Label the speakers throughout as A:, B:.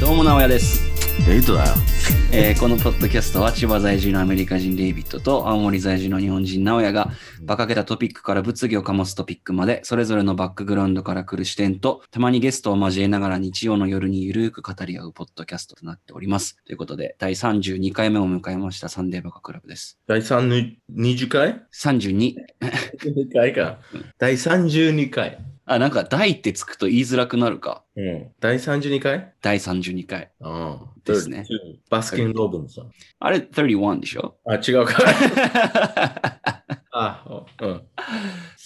A: どうも、直哉です。
B: デイトだよ。
A: えーこのポッドキャストは千葉在住のアメリカ人デイビッドと青森在住の日本人直哉が馬鹿げたトピックから物議を醸すトピックまでそれぞれのバックグラウンドから来る視点とたまにゲストを交えながら日曜の夜にゆるーく語り合うポッドキャストとなっております。ということで第32回目を迎えましたサンデーバカクラブです。
B: 第3の20回
A: 32。
B: ?2 回か。第32回。
A: あ、なんか第ってつくと言いづらくなるか。
B: うん。第32回
A: 第32回。
B: うん。
A: ですね。
B: バスケン・ローブンさん。
A: あれ31でしょ
B: あ、違うか。 あ、うん。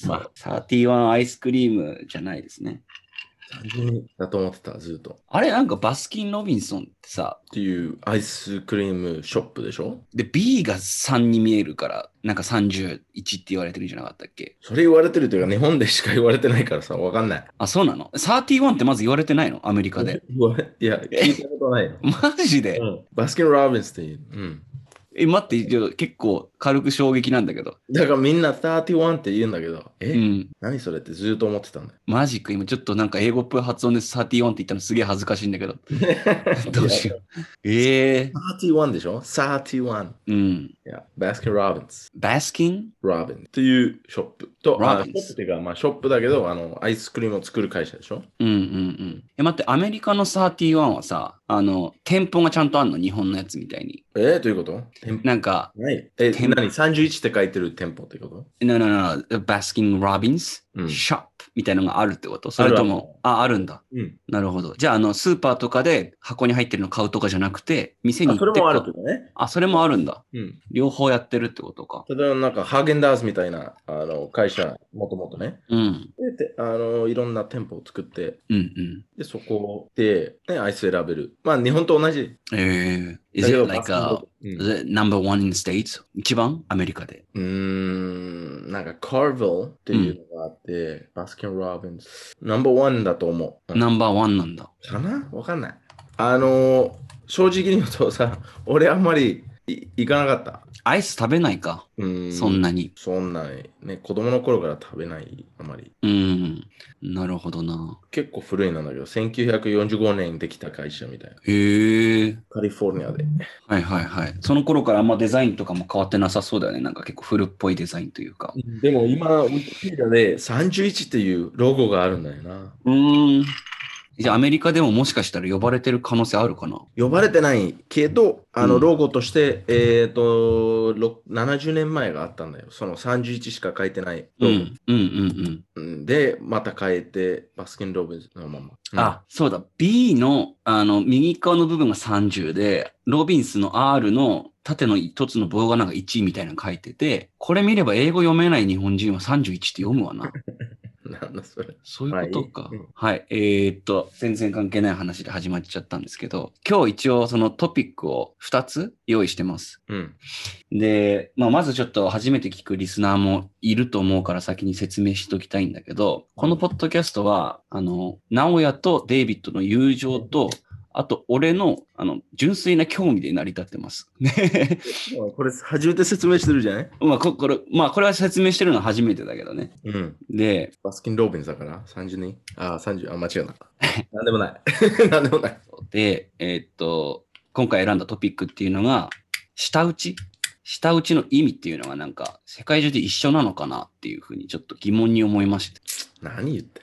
B: まあ
A: 31アイスクリームじゃないですね。
B: 32だと思ってた、ずっと。っ
A: あれなんかバスキン・ロビンソンってさ、
B: ていうアイスクリームショップでしょ
A: で B が3に見えるから、なんか31って言われてるんじゃなかったっけ
B: それ言われてるというか、日本でしか言われてないからさ、わかんない。
A: あ、そうなの ?31 ってまず言われてないのアメリカで。
B: 言われ いや、聞いたことないよ。
A: マジで
B: うん、バスケン・ロービンスっていう。うん。
A: え、待って、ちょっと結構軽く衝撃なんだけど。
B: だからみんな31って言うんだけど、え、
A: うん。
B: 何それってずっと思ってたんだよ。
A: マジック、今ちょっとなんか英語っぽい発音で31って言ったのすげえ恥ずかしいんだけど。どうしよう。ええ
B: 31でしょ ?31。
A: うん。
B: いや、バスケ・ロビンス。
A: バスキン
B: ロビンっていうショップと、
A: Robbins
B: あショップっていうか、まあ、ショップだけど、あの、アイスクリームを作る会社でしょ
A: うんうんうん。え、待って、アメリカの31はさ、あの、店舗がちゃんとあんの日本のやつみたいに。
B: えー、どういうこと店舗
A: なんか、
B: ない。え、
A: 店
B: 何
A: 舗
B: ?31 って書いてる店舗ってこと
A: No, no, no, no. Baskin Robbins
B: うん
A: Shop みたいなのがあるってことそれとも、あ、あるんだ。
B: うん。
A: なるほど。じゃあ、あの、スーパーとかで箱に入ってるの買うとかじゃなくて、店に行
B: あ
A: って
B: それもあるっ
A: か
B: てことね。
A: あ、それもあるんだ。
B: うん。
A: 両方やってるってことか。
B: ただ、なんか、ハーゲンダースみたいな、あの、会社、もともとね。
A: うん。
B: で、てあの、いろんな店舗を作って、
A: うん
B: で、そこで、ね、アイス選べる。まあ、日本と同じ。
A: うん。えー、is
B: だけど
A: it like
B: バス
A: a,
B: ケットボールう
A: the
B: ん
A: number one in States? 一番アメリカで。
B: うーん、なんか、カーヴィルっていうのがあって、バスケン・ロビンス、ナンバーワンだと思う。
A: ナンバーワンなんだ。
B: かなわかんない。あのー、正直に言うとさ、俺あんまりい行かなかった。
A: アイス食べないか。
B: うーん
A: そん。なに。
B: そんなにね、子供の頃から食べない、あまり。
A: うん。なるほどな。
B: 結構古いなんだけど、1945年できた会社みたいな。
A: へえ。
B: カリフォルニアで。
A: はいはいはい。その頃からあんまデザインとかも変わってなさそうだよね。なんか結構古っぽいデザインというか。
B: でも今、ウィキペディアで31っていうロゴがあるんだよな。
A: うーん。じゃあアメリカでももしかしたら呼ばれてる可能性あるかな
B: 呼ばれてないけど、あ
A: う
B: の、
A: ん
B: ロゴとして、えっ、と、ろ70年前があったんだよ。その31しか書いてないロ
A: う
B: ゴ。
A: ん。うんうん
B: うんで、また変えて、バスキン・ロビンスのまま。
A: うん。あ、そうだ。B の、あの、右側の部分が30で、ロビンスの R の縦の一つの棒がなんか1みたいなの書いてて、これ見れば英語読めない日本人は31って読むわな。
B: うん、なんだそれ。
A: そういうことか。
B: まあいいうん
A: はい。えーっと、全然関係ない話で始まっちゃったんですけど、今日一応そのトピックを2つ用意してます。
B: うん。
A: で、まあ、まずちょっと初めて聞くリスナーもいると思うから先に説明しておきたいんだけど、このポッドキャストは、あの、直哉とデイビッドの友情と、あと俺の、あの、純粋な興味で成り立ってます。ね
B: これ、初めて説明してるじゃない
A: まあ、ここれ、まあ、これは説明してるのは初めてだけどね。
B: うん。
A: で、
B: バスキン・ロビンスだから、32? あ、30、あ、間違えた。 なんでもない。 なんでもない。
A: で、えーっと、今回選んだトピックっていうのが、下打ち下打ちの意味っていうのがなんか、世界中で一緒なのかなっていうふうにちょっと疑問に思いまして。
B: 何言って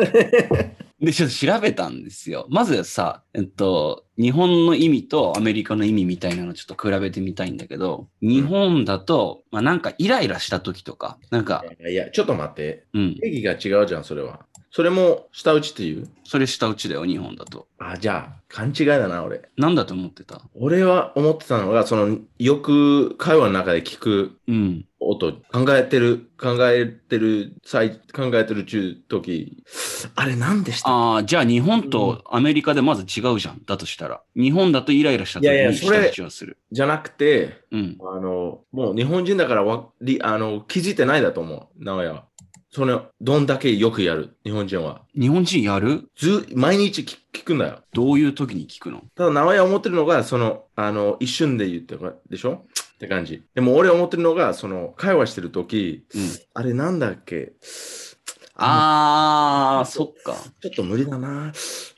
A: で、ちょっと調べたんですよ。まずさ、えっと、日本の意味とアメリカの意味みたいなのちょっと比べてみたいんだけど、日本だと、まあなんかイライラした時とか、なんか、
B: いやいや、ちょっと待って。
A: うん、
B: 定義が違うじゃん、それは。それも、下打ちっていう。
A: それ下打ちだよ、日本だと。
B: あ、じゃあ、勘違いだな、俺。
A: なんだと思ってた
B: 俺は思ってたのが、その、よく会話の中で聞く
A: うん。
B: 音、考えてる、考えてる、最考えてる中、時、あれなんでした
A: ああ、じゃあ日本とアメリカでまず違うじゃん。だとしたら。日本だとイライラした時
B: いやいや
A: に
B: それ
A: 下打ちをする。
B: じゃなくて、
A: うん。
B: あの、もう日本人だからわりあの気づいてないだと思う、直哉は。その、どんだけよくやる、日本人は。
A: 日本人やる
B: ず、毎日聞聞くんだよ。
A: どういう時に聞くの
B: ただ、直哉思ってるのが、その、あの、一瞬で言うってか、でしょって感じ。でも、俺思ってるのが、その、会話してるとき、
A: うん。
B: あれなんだっけ
A: あー、そっか。
B: ちょっと無理だな。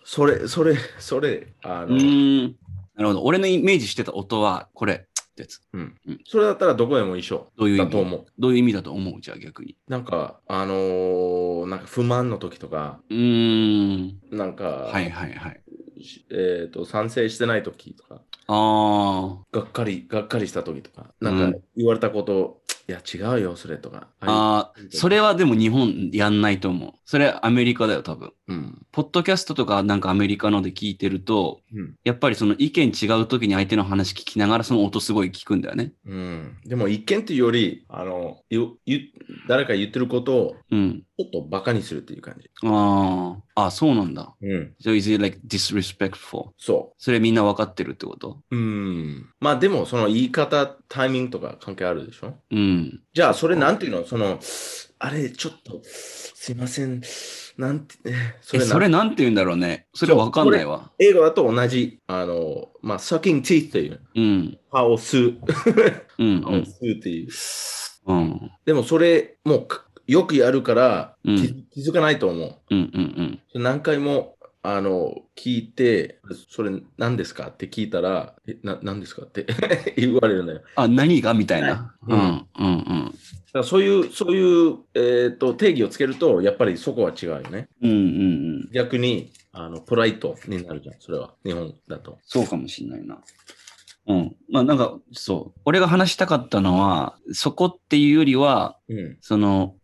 B: それ、それ、それ、あ
A: う
B: の、
A: ーん。なるほど。俺のイメージしてた音は、これ、つってやつ。
B: うんそれだったらどこでも一緒
A: どういう意
B: だ
A: 味
B: と思う。
A: どういう意味だと思うじゃあ逆に。
B: なんか、あのーなんか不満の時とか、
A: うーん。
B: なんか、
A: はいはいはい。
B: しえっ、と、賛成してない時とか、
A: あー。
B: がっかり、がっかりした時とか、
A: う
B: なんんか言われたこと、いや、違うよ、それとか。あ
A: あーそれはでも日本やんないと思う。それアメリカだよ、多分。
B: うん。
A: ポッドキャストとかなんかアメリカので聞いてると、
B: うん
A: やっぱりその意見違う時に相手の話聞きながらその音すごい聞くんだよね。
B: うん、でも一見というよりあのゆゆ誰か言ってることを
A: うん。
B: ちょっとバカにするっていう感じ。
A: あーあ、そうなんだ。
B: うん、
A: So is it like disrespectful?
B: そ
A: それみんなわかってるってこと
B: う。うん。まあでもその言い方、タイミングとか関係あるでしょ
A: うん。
B: じゃあそれなんていうのその、あれちょっと、すいません、なんて、えそ
A: え、
B: れな
A: それなんて言うんだろうね。それわかんないわ。
B: 英語だと同じ、あの、まあ、sucking teeth っていう、
A: うん。
B: 歯を吸う、
A: うんう
B: 歯を
A: ん。
B: 吸うっていう。
A: うん。
B: でもそれ、もうかよくやるから、
A: うん
B: 気気づかないと思う。
A: うんうんうん。
B: それ何回もあの聞いて、それ何ですかって聞いたら、えな何ですかって 言われるんだよ。だか
A: あ、何がみたいな。う
B: うん
A: んうんうん。
B: らそういう、そういう、えー、と定義をつけると、やっぱりそこは違うよね。
A: うんうんうん。
B: 逆に、あのプライトになるじゃん、それは。日本だと。
A: そうかもしんないな。うん。まあなんか、そう。俺が話したかったのは、そこっていうよりは、
B: うん。
A: その、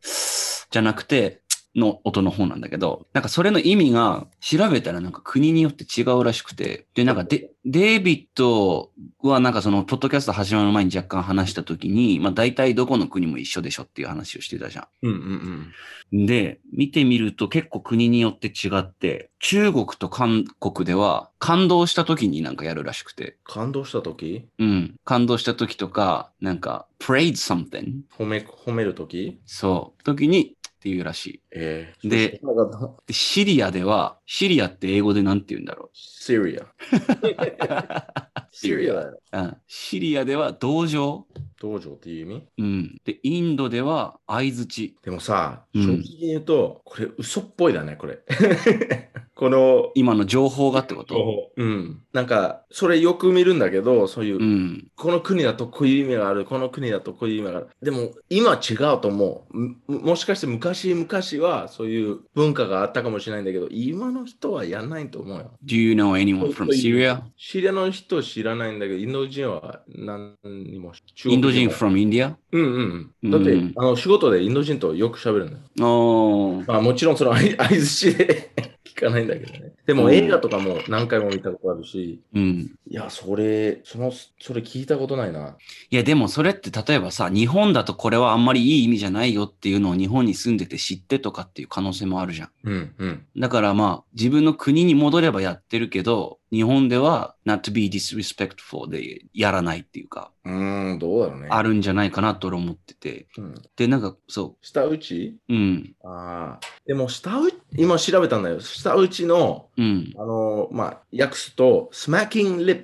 A: じゃなくて、の音の方なんだけど、なんかそれの意味が調べたらなんか国によって違うらしくて、で、なんかデデイビッドはなんかその、ポッドキャスト始まる前に若干話した時に、まあ大体どこの国も一緒でしょっていう話をしてたじゃん。
B: うんうん
A: で、見てみると結構国によって違って、中国と韓国では感動した時になんかやるらしくて、
B: 感動した時
A: うん。感動した時とか、なんか、praise something?
B: 褒め褒める時
A: そう。時に、っていうらし
B: え
A: い。
B: ー、
A: で、
B: そう知らなかった
A: でシリアでは、シリアって英語でなんて言うんだろ
B: シリア。 シリア。
A: う。うん。シリアでは同情。
B: 道場っていう意味
A: うん。で、インドでは相づち。
B: でもさ、
A: うん
B: 正直に言うと、これ嘘っぽいだね、これ。 この
A: 今の情報がってこと
B: と、うん、なんかそれよく見るんだけどそういう、
A: うん。
B: この国だとこういう意味があるこの国だとこういう意味があるでも今は違うと思うむもしかして昔昔はそういう文化があったかもしれないんだけど今の人はやんないと思うよ
A: Do you know anyone from Syria?
B: シリアの人知らないんだけどインド人は何にも中
A: イン
B: 国
A: ド人
B: も
A: from India?
B: うんうんだって、
A: うん
B: あの仕事でインド人とよく喋るんだよ
A: おー。
B: まあもちろんその 相相づちで聞かないんだけどねでも映画とかも何回も見たことあるし、
A: うん。
B: いや、それ、その、それ聞いたことないな。
A: いやでもそれって例えばさ、日本だとこれはあんまりいい意味じゃないよっていうのを日本に住んでて知ってとかっていう可能性もあるじゃん。
B: うん、うん。
A: だからまあ自分の国に戻ればやってるけど、日本では not to be disrespectful でやらないっていうか、
B: うーん、どうだろうね。
A: あるんじゃないかなと俺思ってて。
B: うん、
A: で、なんかそ
B: 下打ち
A: う、うん、
B: ああ。でも、下打ち、今調べたんだよ。下打ちの、
A: うん。
B: あのーまあ、訳すと、smacking lips っていう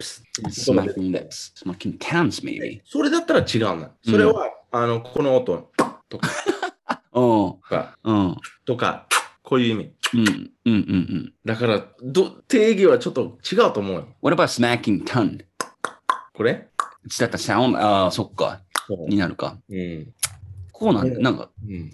B: 言葉で。
A: smacking lips, smacking tongues maybe.
B: それだったら違うな。それは、あの、この音とか、
A: うん、
B: とか、
A: うん、
B: とか、こういう意味。
A: うん、うん、うん、うん。
B: だから、ど、定義はちょっと違うと思うよ。
A: What about smacking tongue?
B: これ
A: Is that the sound? ああ、そっか。
B: そう
A: になるか。
B: うん。
A: こうなんだよ。なんか
B: うん。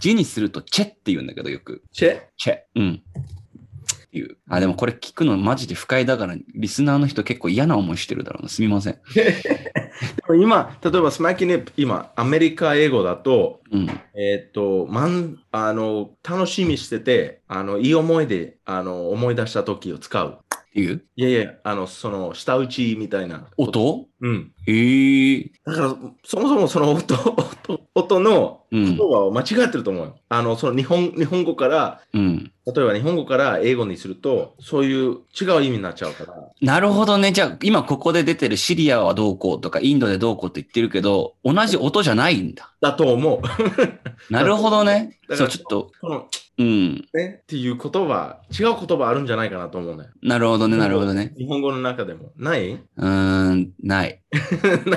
A: 字にするとチェって言うんだけどよく。
B: チェ
A: チェ。うん。っていう。あ、でもこれ聞くのマジで不快だから、リスナーの人結構嫌な思いしてるだろうな。すみません。
B: 今、例えば、スマキネップ、今、アメリカ英語だと、
A: うん。
B: えーっと、まん、あの、楽しみしてて、あの、いい思い出、あの、思い出した時を使う。
A: っていう
B: いやいや、あの、その、舌打ちみたいな。
A: 音
B: うん。
A: えー。
B: だから、そもそもその音、音、音の
A: う
B: 言
A: ん
B: 葉。を間違ってると思うよ。あの、その日本、日本語から、
A: うん。
B: 例えば日本語から英語にすると、そういう違う意味になっちゃうから。
A: なるほどね。じゃあ、今ここで出てるシリアはどうこうとか、インドでどうこうって言ってるけど、同じ音じゃないんだ。
B: だと思う。
A: なるほどね。
B: だ
A: そ
B: か
A: う、
B: ら
A: ちょっと、
B: この、
A: うん。
B: ね、っていう言葉、違う言葉あるんじゃないかなと思うね。
A: なるほどね、なるほどね。
B: 日本語の中でも。ない
A: うーん、 ない。
B: な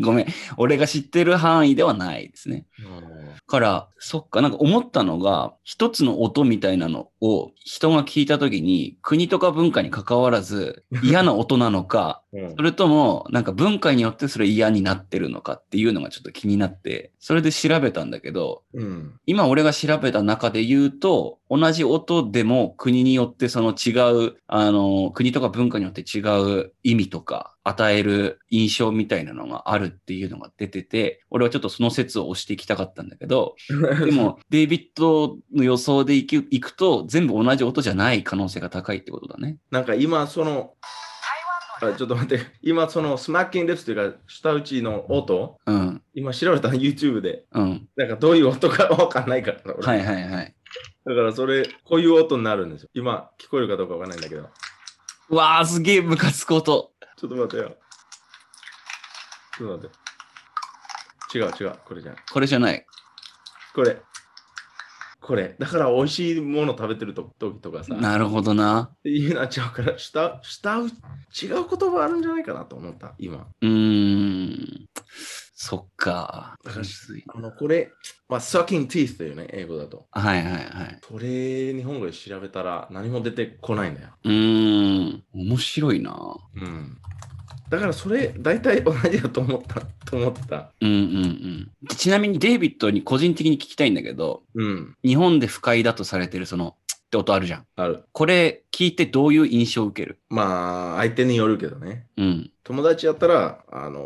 A: ごめん。俺が知ってる範囲ではないですね。
B: うん
A: から、そっか、なんか思ったのが、一つの音みたいなのを人が聞いたときに、国とか文化に関わらず、嫌な音なのか、
B: うん
A: それとも、なんか文化によってそれ嫌になってるのかっていうのがちょっと気になって、それで調べたんだけど、
B: うん。
A: 今俺が調べた中で言うと、同じ音でも国によってその違う、あの、国とか文化によって違う意味とか、与える印象みたいなのがあるっていうのが出てて、俺はちょっとその説を押していきたかったんだけど、でも、デイビッドの予想でいくいくと、全部同じ音じゃない可能性が高いってことだね。
B: なんか今その、あちょっと待って、今そのスマッキングレフというか、舌打ちの音、
A: うん、
B: 今調べたの YouTube で、
A: うん。
B: なんかどういう音かわかんないから、俺
A: はいはいはい。
B: だからそれ、こういう音になるんですよ。今聞こえるかどうかわかんないんだけど。
A: うわー、すげえムカつく音。
B: ちょっと待ってよ。ちょっと待って。違う違う、これじゃない。
A: これじゃない。
B: これ。これ。だから美味しいもの食べてると時とかさ、っ
A: なるほどな。
B: ていうなっちゃうから、下、下、違う言葉あるんじゃないかなと思った、今。
A: うーん。そっか。
B: だから
A: 薄い
B: あの、これ、まあ、sucking teeth というね、英語だと。
A: はいはいはい。
B: それ、日本語で調べたら何も出てこないんだよ。
A: うーん。面白いな。
B: うん。だからそれ、大体同じだと思った、と思ってた。
A: うんうんうん。でちなみにデイビッドに個人的に聞きたいんだけど、
B: うん。
A: 日本で不快だとされてるその、つって音あるじゃん。
B: ある。
A: これ聞いてどういう印象を受ける
B: まあ、相手によるけどね。
A: うん。
B: 友達やったら、あの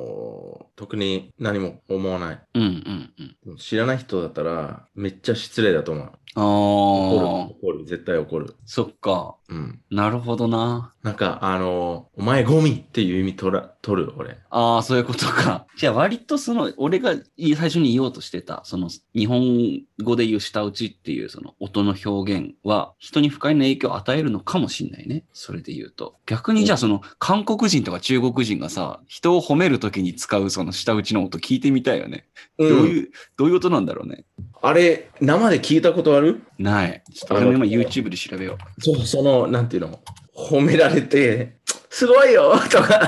B: ー特に何も思わない。
A: うんうんうん。
B: 知らない人だったら、めっちゃ失礼だと思う。
A: あ
B: 怒
A: あ
B: る、、怒る、絶対怒る。
A: そっか。
B: うん。
A: なるほどな。
B: なんか、あのーお前ゴミっていう意味取ら取る、俺。
A: ああ、そういうことか。 じゃあ割とその、俺がい最初に言おうとしてた、その日本語で言う舌打ちっていうその音の表現は人に不快な影響を与えるのかもしんないね。それで言うと。逆にじゃあその韓国人とか中国人がさ、人を褒めるときに使うその舌打ちの音聞いてみたいよね。どう
B: うん
A: いう、どういう音なんだろうね。
B: あれ、生で聞いたことある
A: ない。ちょっと俺も今 YouTube で調べよう。
B: そう、その、なんていうの、褒められて、すごいよとか、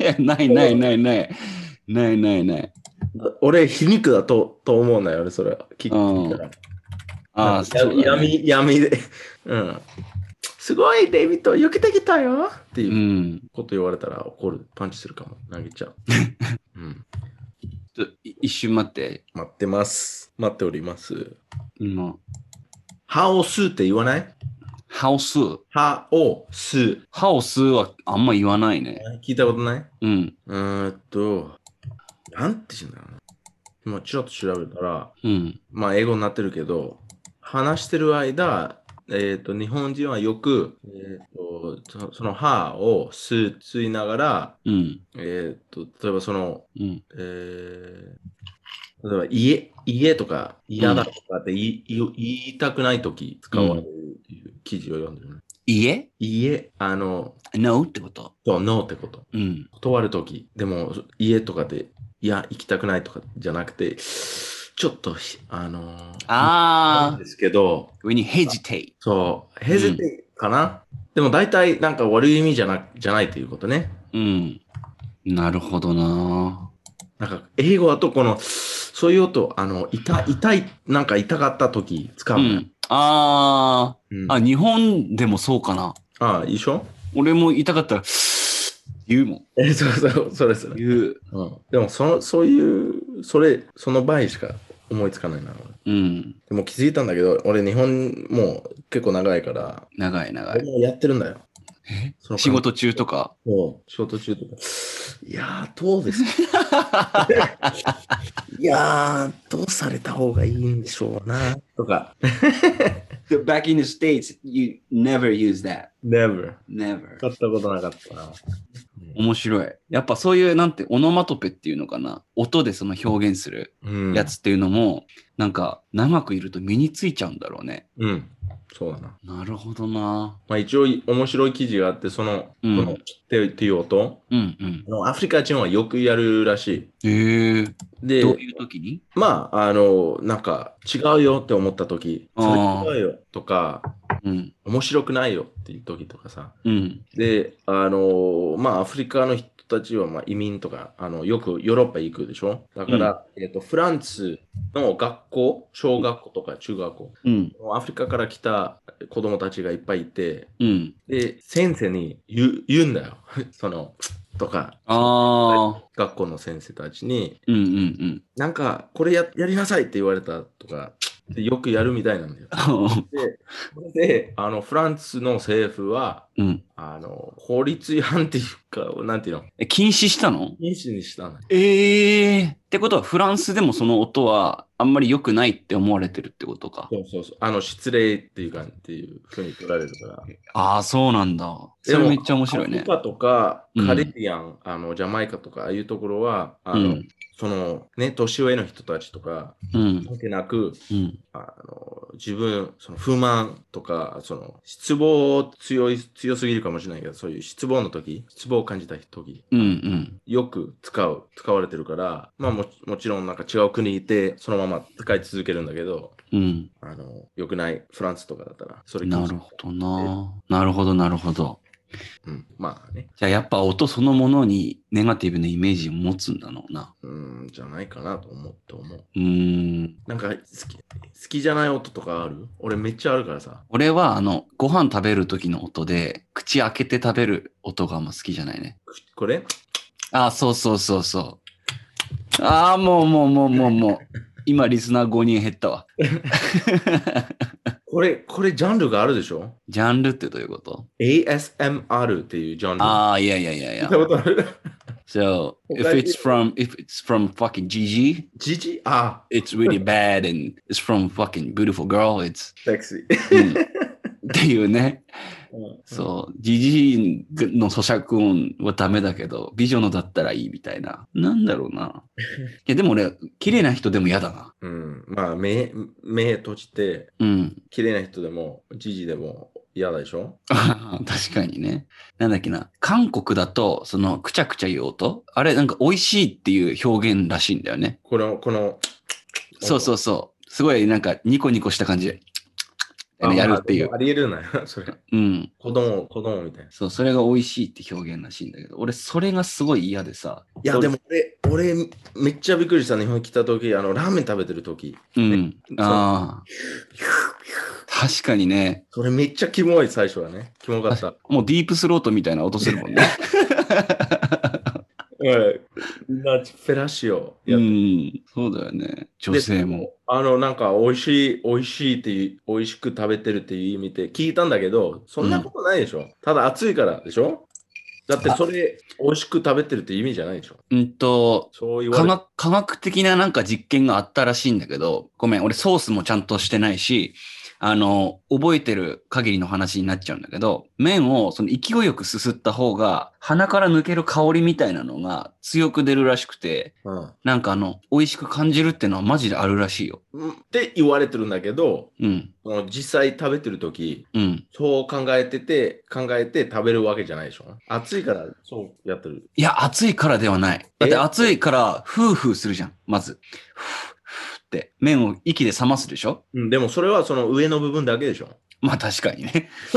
A: いや ないないないない。ないないない。
B: 俺、皮肉だとと思うんだよね、それは。聞
A: うん
B: 聞いたら
A: ああ、
B: や
A: そうだ、ね。。
B: 闇、闇で。うん。すごい、デイビッド、避けてきたよっていううんこと言われたら怒る。パンチするかも。投げ ちゃう。うん。
A: ちょっとい一瞬待って。
B: 待ってます。待っております。
A: 今、
B: ハオスって言わない
A: ハオス。
B: ハオス。
A: ハオスはあんま言わないね。
B: 聞いたことない
A: うん。
B: うーんと、なんて言うんだろうな。今、ちょっと調べたら、
A: うん。
B: まあ、英語になってるけど、話してる間、えっ、と、日本人はよく、えっ、と、そその、歯を吸う吸いながら、
A: うん。
B: えっ、と、例えばその、
A: うん。
B: えー、例えば家、家とか嫌だとかって言い,言い、言いたくないとき使われる記事を読んでる、ね
A: 家
B: 家、あの、
A: ?No ってこと
B: そう、ノーってこと。
A: うん。
B: 断るとき、でも家とかで、いや、行きたくないとかじゃなくて、ちょっとひ、あのー、な
A: あ
B: んですけど、
A: ー、when you hesitate.
B: そう、ヘジテかな、でも大体なんか悪い意味じゃなじゃないということね。
A: うん。なるほどな
B: なんか英語だとこの、そういう音、あの、痛い、痛い、なんか痛かった時使
A: う
B: うのよ。
A: ん。あ
B: うん
A: ー、あ、日本でもそうかな。
B: ああ、一緒
A: 俺も痛かったら、言うもん。
B: え、 そうそう、それそれ。
A: 言う。
B: うん。でも、その、そういう、それ、その場合しか思いつかないな。俺
A: うん。
B: でも気づいたんだけど、俺、日本もう結構長いから、
A: 長い長
B: 俺
A: い。
B: もやってるんだよ。その
A: 仕事中とか。
B: もう仕事中とか。いやー、どうです かいやー、どうされた方がいいんでしょうな。とか。
A: Back in the States, you never use that.
B: Never。
A: Never.
B: 使ったことなかったな。
A: 面白い。やっぱそういう、なんて、オノマトペっていうのかな。音でその表現する
B: うん
A: や。つっていうのも、なんか、長くいると身についちゃうんだろうね。
B: うん。そうだな。
A: なるほどな。
B: まあ、一応面白い記事があって、その、
A: うん
B: この手っていう音
A: うんうん。
B: あのアフリカ人はよくやるらし
A: へえ
B: い。で
A: ど、ういう時に
B: まあ、あの、なんか、違うよって思った時、そ
A: あー
B: れ違うよとか、
A: うん。
B: 面白くないよっていう時とかさ。
A: うん。
B: で、あの、まあ、アフリカの人人たちはまあ移民とか、あのよくヨーロッパ行くでしょだから、えっと、フランスの学校、小学校とか中学校、
A: うん。
B: アフリカから来た子供たちがいっぱいいて、
A: うん。
B: で、先生に言う言うんだよ。 その、とか、
A: ああ。
B: 学校の先生たちに、
A: うんうんうん。
B: なんか、これややりなさいって言われたとか、でよくやるみたいなんだよ。で、それであのフランスの政府は、
A: うん。
B: あの法律違反っていうか、なんていうの、
A: え、禁止したの
B: 禁止にしたの。
A: ええってことは、フランスでもその音はあんまり良くないって思われてるってことか。
B: そうそうそう。あの、失礼っていうか、っていうふうに取られるから。
A: ああ、そうなんだ。それめっちゃ面白い
B: ア
A: ね
B: フ。リカとか、
A: うん
B: カリビアン、あの、ジャマイカとか、ああいうところは、あ
A: う
B: の、
A: ん。
B: その、ね、年上の人たちとか、
A: うん。
B: 関係なく、
A: うん。
B: あの自分、その不満とか、その失望強い、強すぎるかもしれないけど、そういう失望の時、失望を感じた時、
A: うん。うん。
B: よく使う、使われてるから、まあももちろんなんか違う国にいて、そのまま使い続けるんだけど、
A: うん。
B: あの、良くない、フランスとかだったら、それ禁止
A: なるほどな。なるほど、なるほど。
B: うん、まあね、
A: じゃあやっぱ音そのものにネガティブなイメージを持つんだろうな。
B: うん、じゃないかなと思って思う。
A: うーん。
B: なんか好き、好きじゃない音とかある俺めっちゃあるからさ。
A: 俺はあの、ご飯食べる時の音で、口開けて食べる音があんま好きじゃないね。
B: これ
A: ああ、そうそうそうそう。ああ、もうもうもうもうもう。今リスナー5人減ったわ。
B: これ、これジャンルがあるでしょ
A: ジャンルってどういうこと
B: ?ASMR っていうジャンル。
A: ああ、いやいやいやい
B: 聞い
A: や
B: た。ことある
A: So,
B: 他
A: if
B: に
A: it's from, if it's from fucking GG,
B: ジジあ
A: it's really bad and it's from fucking beautiful girl, it's
B: あ、セクシー。
A: うん っていうね。 そう、ジジイの咀嚼音はダメだけど、美女のだったらいいみたいな。なんだろう な。いや、でも俺、綺麗な人でも嫌だな。
B: う。うん、まあ、目、目閉じて、
A: うん。
B: 綺麗な人でも、ジジでも嫌でしょ
A: 確かにね。なんだっけな。韓国だと、その、くちゃくちゃ言う音あれ、なんか、美味しいっていう表現らしいんだよね。
B: この、この、
A: そうそうそう。すごい、なんか、ニコニコした感じで、
B: あ
A: やるってい
B: ま
A: う
B: あ。ありえるなよ、 それ。
A: うん。
B: 子供、子供みたいな。い
A: そう、それが美味しいって表現らしいんだけど、俺、それがすごい嫌でさ。
B: や、でも俺、俺、めっちゃびっくりした、日本来た時、あの、ラーメン食べてる時。
A: うん。ああ。確かにね。
B: それめっちゃキモい、最初はね。キモかった。
A: もうディープスロートみたいな音するもんね。
B: はい。ナチフェラシオ
A: う
B: やっ
A: ん。そうだよね。女性も。。
B: あの、なんか、美味しい、美味しいっていう、美味しく食べてるっていう意味で聞いたんだけど、そんなことないでしょ。ただ暑いからでしょだってそれ、美味しく食べてるって意味じゃないでしょ。
A: うんと、
B: そう言わ
A: 科
B: れて。
A: 学科学的ななんか実験があったらしいんだけど、ごめん、俺ソースもちゃんとしてないし、あの、覚えてる限りの話になっちゃうんだけど、麺をその勢いよくすすった方が、鼻から抜ける香りみたいなのが強く出るらしくて、
B: うん
A: なんかあの、美味しく感じるってのはマジであるらしいよ。
B: うんって言われてるんだけど、
A: うん、
B: その実際食べてるとき、
A: うん。
B: そう考えてて、考えて食べるわけじゃないでしょ。暑いからそうやってる。
A: いや、暑いからではない。だって暑いから、ふーふーするじゃん、まず。ふーふーって、麺を息で冷ますでしょ
B: うん、でもそれはその上の部分だけでしょ。
A: まあ確かにね。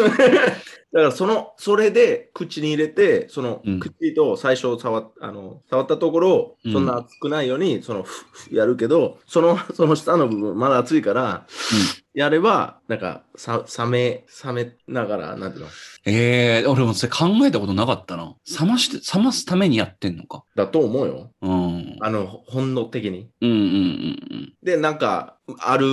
B: だからその、それで口に入れて、その
A: うん
B: 口と最初触っあの触ったところ、
A: うん
B: そんな熱くないように、その、ふふやるけど、その、その下の部分、まだ熱いから、やれば、なんか、さ、冷め、冷めながら、なんていうの、
A: ええ俺もそれ考えたことなかったな。冷まして、冷ますためにやってんのか。
B: だと思うよ。
A: うん。うん
B: あの、本能的に。
A: うんうんうん。
B: で、なんか、ある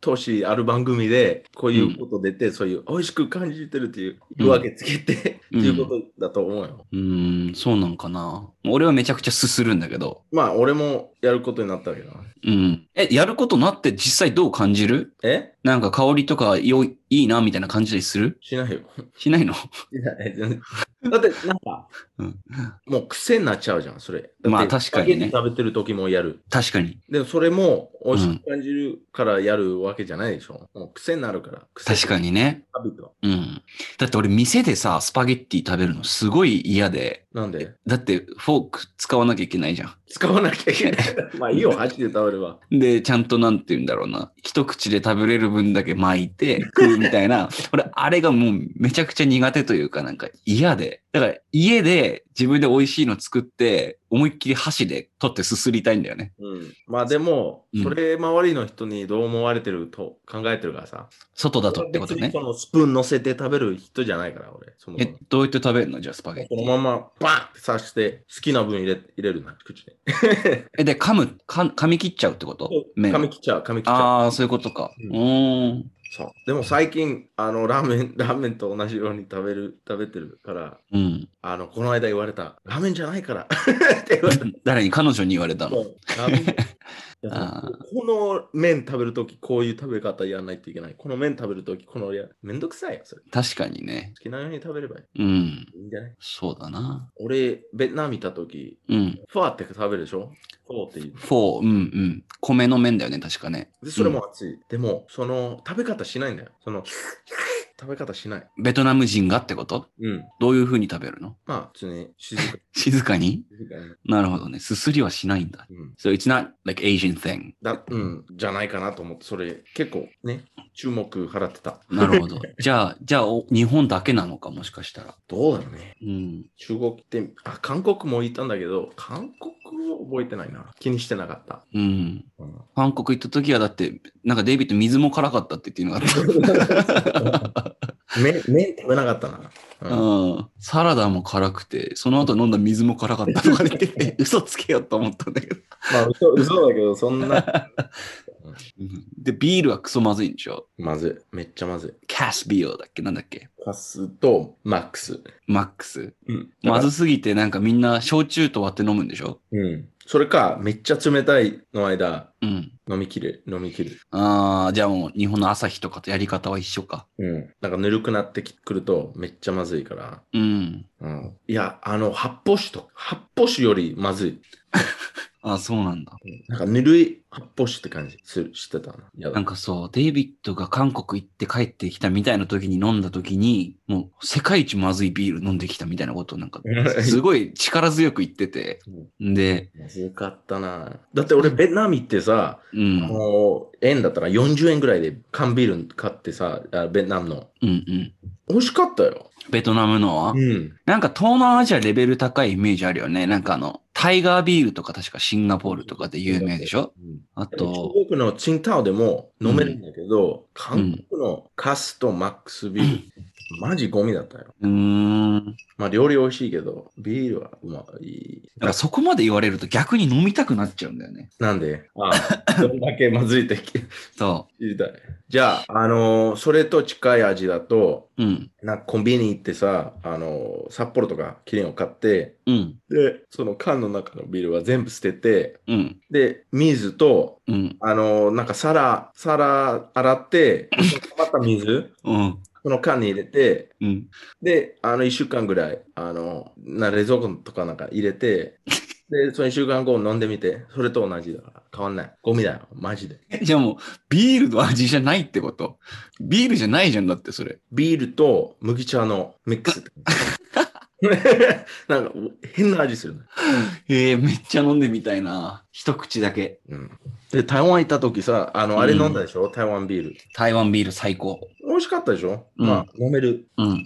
B: 年、ある番組で、こういうこと出て、そういう、美味しく感じてるっていう、言うわけつけて、 って
A: うん
B: いうことだと思うよ。
A: うーん、そうなんかな。俺はめちゃくちゃすするんだけど。
B: まあ、俺もやることになったけどな。
A: うん。え、やることなって実際どう感じる
B: え
A: なんか香りとかよいいいなみたいな感じたりする
B: しないよ。
A: しないの
B: いや全然だって、なんか、
A: うん
B: もう癖になっちゃうじゃん、それ。だって
A: まあ確かにね
B: スパゲッティ食べてる時もやる。
A: 確かに。
B: でも、それも、美味しく感じるからやるわけじゃないでしょ。もう癖になるから。癖
A: 確かにね。
B: ハビット。
A: うん。だって俺店でさ、スパゲッティ食べるのすごい嫌で、
B: なんで
A: だってフォーク使わなきゃいけないじゃん。
B: 使わなきゃいけない。 まあいいよ、箸で食べれば。
A: で、ちゃんとなんて言うんだろうな。一口で食べれる分だけ巻いて食うみたいな。 俺、あれがもうめちゃくちゃ苦手というか、なんか嫌で。だから家で自分で美味しいの作って、思いっきり箸で取ってすすりたいんだよね。
B: うん、まあでも
A: うん、
B: それ周りの人にどう思われてると考えてるからさ。
A: 外だとってこと
B: 別に
A: ね。
B: このスプーン乗せて食べる人じゃないから、俺。その
A: え、どうやって食べるのじゃあスパゲッテ
B: この
A: ィ。
B: ままバンって刺して、好きな分入れ入れるな、口に。
A: え、で、噛む、か噛み切っちゃうってこと麺
B: 噛み切っちゃう、噛み切っちゃう。
A: ああ、そういうことか。う
B: うん
A: ーん。
B: そう。でも最近、あの、ラーメン、 ラーメンと同じように食べる、食べてるから、
A: うん。
B: あの、この間言われた、ラーメンじゃないからって言われた。
A: 誰に彼女に言われた
B: そ
A: の。
B: うラーメンいや
A: あー
B: この麺食べるとき、こういう食べ方やらないといけない。この麺食べるとき、このや、めんどくさいよ、それ。好
A: 確かにね。
B: きなように食べればい
A: うん。
B: い。いいんじゃない
A: そうだな。
B: 俺、ベトナム行ったとき、
A: うん。
B: ファーって食べるでしょフォーって言う。
A: フォー、うんうん。米の麺だよね、確かね。
B: で、それも熱い。でも、その、食べ方しないんだよ。その、 食べ方しない。
A: ベトナム人がってこと
B: うん。
A: どういう風に食べるの
B: まあ、普通に静か
A: 静かに
B: 静かに。
A: なるほどね。すすりはしないんだ。
B: うん。
A: So it's not like Asian thing.
B: だ、うん、じゃないかなと思って、それ、結構ね、注目払ってた。
A: なるほ ど。じゃあ、じゃあ、お日本だけなのか、もしかしたら。
B: どうだろうね。
A: うん。
B: 中国って、あ、韓国も行ったんだけど、韓国を覚えてないな。気にしてなかった。
A: うん。
B: うん、
A: 韓国行った時はだって、なんかデイビッド水も辛かったって言ってるのがあっ
B: 麺、麺食べなかったな。
A: た。
B: うん
A: うん。サラダも辛くて、その後飲んだ水も辛かったとか言って て、嘘つけよと思ったんだけど。
B: まあ、嘘嘘だけど、そん な。
A: うんで、ビールはクソまずいんでしょ
B: まずい。めっちゃまずい。
A: カスビオだっけなんだっけ
B: カスとマックス。
A: マックス。
B: うん。
A: まずすぎて、なんかみんな焼酎と割って飲むんでしょ
B: うん。それか、めっちゃ冷たいの間、
A: うん。
B: 飲みきる、飲みきる。
A: ああ、じゃあもう日本の朝日とかとやり方は一緒か。
B: うん。なんかぬるくなってくると、めっちゃまずいから。
A: うん。
B: うん。いや、あの、発泡酒と、発泡酒よりまずい。
A: ああ、そうなんだ。
B: なんかぬるい発泡酒って感じするしてたな。やだ
A: なんかそう、デイビッドが韓国行って帰ってきたみたいな時に飲んだ時に、もう世界一まずいビール飲んできたみたいなことをなんか、 すごい力強く言ってて。で、
B: まずかったな。だって俺、ベトナム行ってさ、
A: う
B: あ
A: ん、
B: の、円だったら40円ぐらいで缶ビール買ってさ、あベトナムの。
A: うん、うん。
B: 美味しかったよ。
A: ベトナムのは、
B: うん。
A: なんか東南アジアレベル高いイメージあるよね。なんかあの、タイガービールとか確かシンガポールとかで有名でしょあ
B: でも
A: と、
B: 中国のチンタオでも飲めるんだけど、韓国のカスとマックスビール、マジゴミだったよ。
A: うーん。なん
B: まあ料理美味しいけど、ビールはうまい。
A: かそこまで言われると逆に飲みたくなっちゃうんだよね。
B: なんで、ああどんだけまずいって聞
A: そ
B: 知りたい。じゃあ、あのーそれと近い味だと、
A: う。うん。
B: なんかコンビニ行ってさ、あのー札幌とかキリンを買って、
A: うん。
B: で、その缶の中のビールは全部捨てて、
A: うん。
B: で、水と、
A: うん。
B: あのーなんか皿、皿洗って、その余った水、
A: うん。
B: この缶に入れて、
A: うん。
B: で、あの、1週間ぐらい、あの、な冷蔵庫とかなんか入れて、で、その1週間後飲んでみて、それと同じだから、変わんない。ゴミだよ、マジで。
A: じゃあもう、ビールの味じゃないってことビールじゃないじゃんだって、それ。
B: ビールと麦茶のミックスって感じ。なんか変な味するね。
A: ええめっちゃ飲んでみたいな。一口だけ。
B: うん、で、台湾行った時さ、あの、あれ
A: うん
B: 飲んだでしょ、台湾ビール。
A: 台湾ビール最高。
B: 美味しかったでしょ、
A: うん
B: まあ、飲める。
A: うん。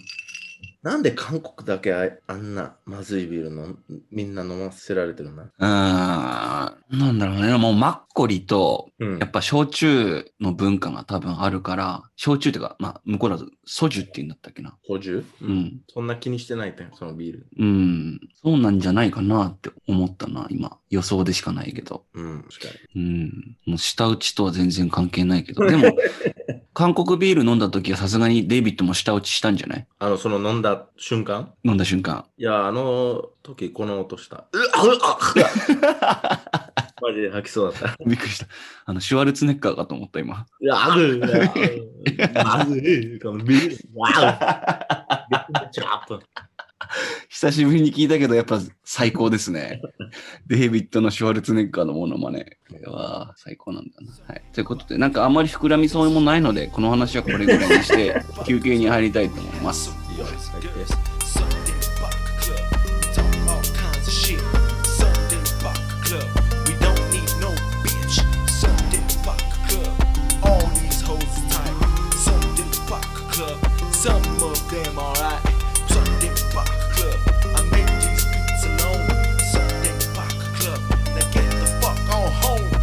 B: なんで韓国だけああんなまずいビールのみんな飲ませられてるんだ
A: うーん。なんだろうね。もう、マッコリと、
B: うん
A: やっぱ焼酎の文化が多分あるから、焼酎っていうか、まあ、向こうだとソジュって言うんだったっけな。
B: 50?
A: う。ん。
B: そんな気にしてないって、そのビール。
A: うん。そうなんじゃないかなって思ったな、今。予想でしかないけど。
B: うん、確か
A: うん。もう舌打ちとは全然関係ないけど。でも、韓国ビール飲んだ時はさすがにデイビッドも舌打ちしたんじゃない
B: あの、その飲んだ瞬間
A: 飲んだ瞬間。
B: いや、あの時、この音した。うわうわうわ マジで吐きそうだった。
A: びっくりした。あの、シュワルツェネッカーかと思った、今。
B: いや、ある。まずい。ビール。わお。ちょっと。
A: 久しぶりに聞いたけど、やっぱ最高ですね。デイビッドのシュワルツェネッカーのモノマネ。これは最高なんだな。はい。ということで、なんかあんまり膨らみそうもないので、この話はこれぐらいにして、休憩に入りたいと思います。
C: Sunday Buck Club. Talk all kinds of shit. Sunday Buck Club. Some of them alright. Some them back club. I made these beats alone. Some them back club. Now get the fuck on home.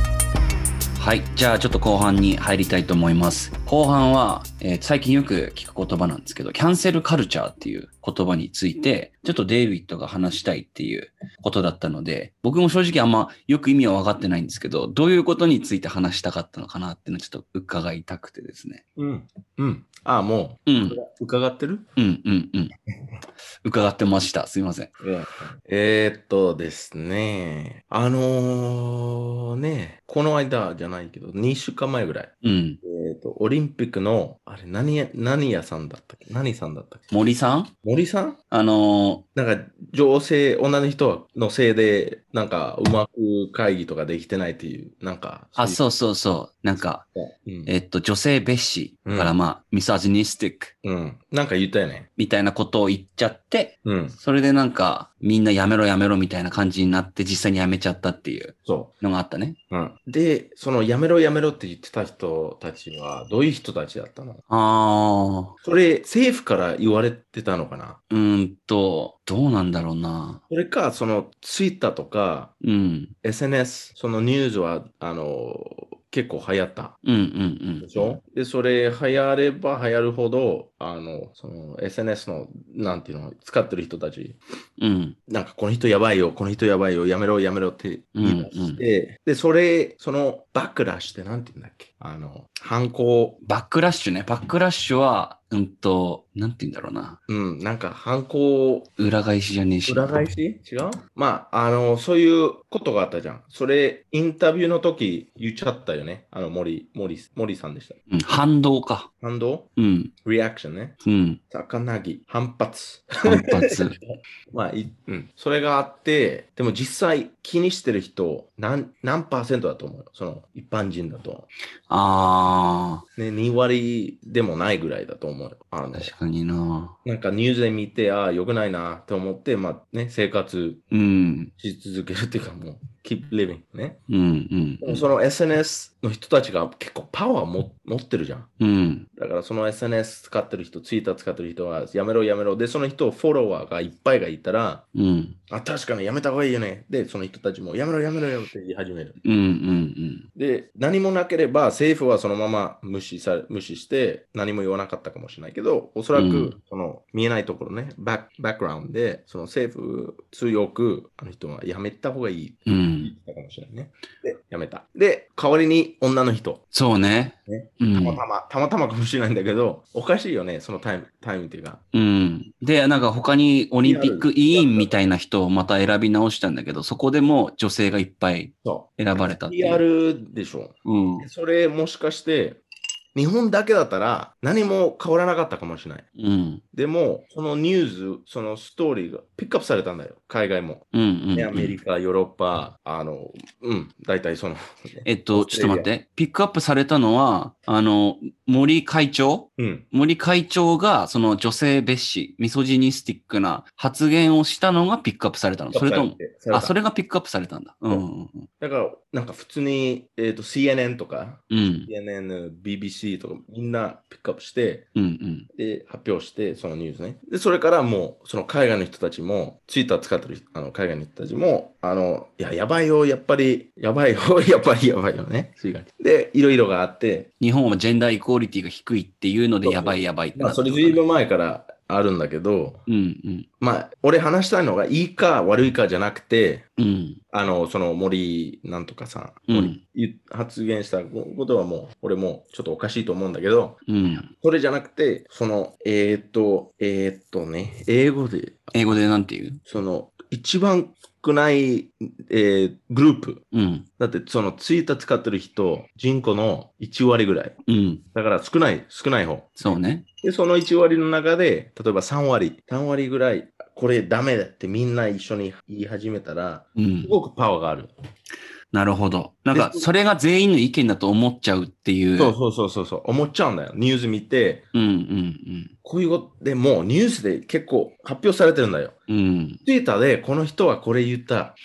A: はい。じゃあちょっと後半に入りたいと思います。後半は、えー最近よく聞く言葉なんですけど、キャンセルカルチャーっていう言葉について、ちょっとデイビッドが話したいっていうことだったので、僕も正直あんまよく意味は分かってないんですけど、どういうことについて話したかったのかなっていうのをちょっと伺いたくてですね。
B: うん。うん。ああ、も
A: うん
B: う、、伺ってる
A: うん、うん、 うん。伺ってました。すいません。
B: えーっとですね、あのーね、この間じゃないけど、2週間前ぐらい、
A: うん。
B: えーっと、オリンピックの、あれ、何や、何屋さんだったっけ何さんだったっけ
A: 森さん
B: 森さん
A: あの
B: なんか、女性、女の人のせいで、なんか、うまく会議とかできてないっていう、なんか、
A: ーあ、
B: う
A: そうそうそう。なんか、
B: いう。うん
A: えっと、女性蔑視だから
B: うん
A: まあ、ミサジニスティック
B: うん。なんか言ったよね。
A: みたいなことを言っちゃって、
B: うん。
A: それでなんか、みんなやめろやめろみたいな感じになって、実際にやめちゃったっていう
B: そう。
A: のがあったね。
B: うん、で、そのやめろやめろって言ってた人たちは、どういう人たちだったの
A: あ
B: それ、政府から言われてたのかな
A: ー、うーんと、どうなんだろうな。
B: それか、そのツイッターとか、
A: うん、
B: SNS、そのニュースは、あの、結構流行った。
A: うん、うん、
B: でしょで、それ、流行れば流行るほど、あの、その SNS の、なんていうの、使ってる人たち、
A: うん、うん、
B: なんかこの人やばいよ、この人やばいよ、やめろやめろって言い出
A: うんう
B: し
A: ん
B: て、で、それ、そのバックラッシュってなんて言うんだっけあの、犯行
A: バックラッシュね。バックラッシュは、うんと、なんて言うんだろうな。
B: うん、なんか犯行
A: 裏返しじゃねえし。
B: 裏返し違うまあ、あの、そういうことがあったじゃん。それ、インタビューの時言っちゃったよね。あの、森、森、森さんでした。
A: うん、反動か。
B: 反動
A: うん、
B: リアクションね。
A: うん、
B: 魚木、反発。
A: 反 発。
B: まあ、いうん。それがあって、でも実際気にしてる人、何、何パーセントだと思うその、一般人だと。
A: あ
B: ね、2割でもないぐらいだと思う。あの
A: ー、、確かにな。
B: なんかニュースで見て、ああ、良くないなって思って、まあね、生活
A: うん、
B: し続けるっていうかもう、keep living ね。
A: うん、うん
B: でもその SNS の人たちが結構パワーも持ってるじゃん。
A: うん、うん、
B: だからその SNS 使ってる人、ツイッター使ってる人はやめろやめろ。で、その人フォロワーがいっぱいがいたら、
A: うん、
B: あ、確かにやめた方がいいよね。で、その人たちもやめろやめろやめろって言い始める。
A: うん、うん、
B: で、何もなければ政府はそのまま無視され無視して何も言わなかったかもしれないけど、おそら
A: う
B: く
A: ん
B: その見えないところね、バックバックグラウンドで、その政府強くあの人はやめた方がいいって
A: う
B: 言っ
A: ん。
B: てたかもしれないね。で、やめた。で、代わりに女の人。
A: そうね。
B: ね
A: う
B: た
A: ん
B: またま、たまたまかもしれないんだけど、おかしいよね、そのタイム、タイムっていうか。
A: うん。で、なんか他にオリンピック委員みたいな人をまた選び直したんだけど、そこでも女性がいっぱい
B: そ
A: 選ばれた
B: う。
A: っていう。
B: PR でしょ。
A: うん。
B: それもしかして、日本だけだったら何も変わらなかったかもしれない。
A: うん。
B: でも、そのニュース、そのストーリーがピックアップされたんだよ、海外も。
A: うん。うん
B: ね、アメリカ、ヨーロッパ、あの、うん、大体その、
A: えっと、ちょっと待って。ピックアップされたのは、あの、森会長
B: うん、
A: 森会長が、その女性蔑視、ミソジニスティックな発言をしたのがピックアップされたの。それとも、あ、そ
B: れ
A: れがピックアップされたんだ。うんうんうん。
B: だから、なんか普通に、えっ、と、CNN とか、
A: うん。
B: CNN、BBC とか、みんなピックアップして、
A: うんうん。
B: で、発表して、そのニュースね。で、それからもう、その海外の人たちも、ツイッター使ってる人あの海外の人たちも、あの、いや、やばいよ、やっぱり、やばいよ、 やっぱりやばいよね。そういう感じで、いろいろがあって、
A: 日本はジェンダーイクオリティが低いっていうので、
B: そう
A: やばいやばいって
B: ま
A: なっ
B: あ、
A: た
B: そ
A: の
B: れ
A: かな
B: ずいぶん前からあるんだけど、
A: うんうん。
B: まあ、俺話したいのが、いいか悪いかじゃなくて、
A: うん。
B: あの、その森なんとかさん、
A: うん
B: 森言発言したことはもう、俺もちょっとおかしいと思うんだけど、
A: うん。
B: それじゃなくて、その、えーっと、えーっとね、英語で、
A: 英語でなんて言う
B: その、一番少ない、えーグループ。
A: うん。
B: だって、その、ツイッター使ってる人、人口の1割ぐらい。
A: うん。
B: だから、少ない、少ない方。
A: そうね。
B: で、その1割の中で、例えば3割、3割ぐらい、これダメだってみんな一緒に言い始めたら、
A: うん
B: す。ごくパワーがある。
A: なるほど。なんか、それが全員の意見だと思っちゃうっていう。
B: そうそうそうそうそう、思っちゃうんだよ。ニュース見て、
A: うんうん
B: こういうことでもうニュースで結構発表されてるんだよ。
A: うん。
B: ツイッターでこの人はこれ言った。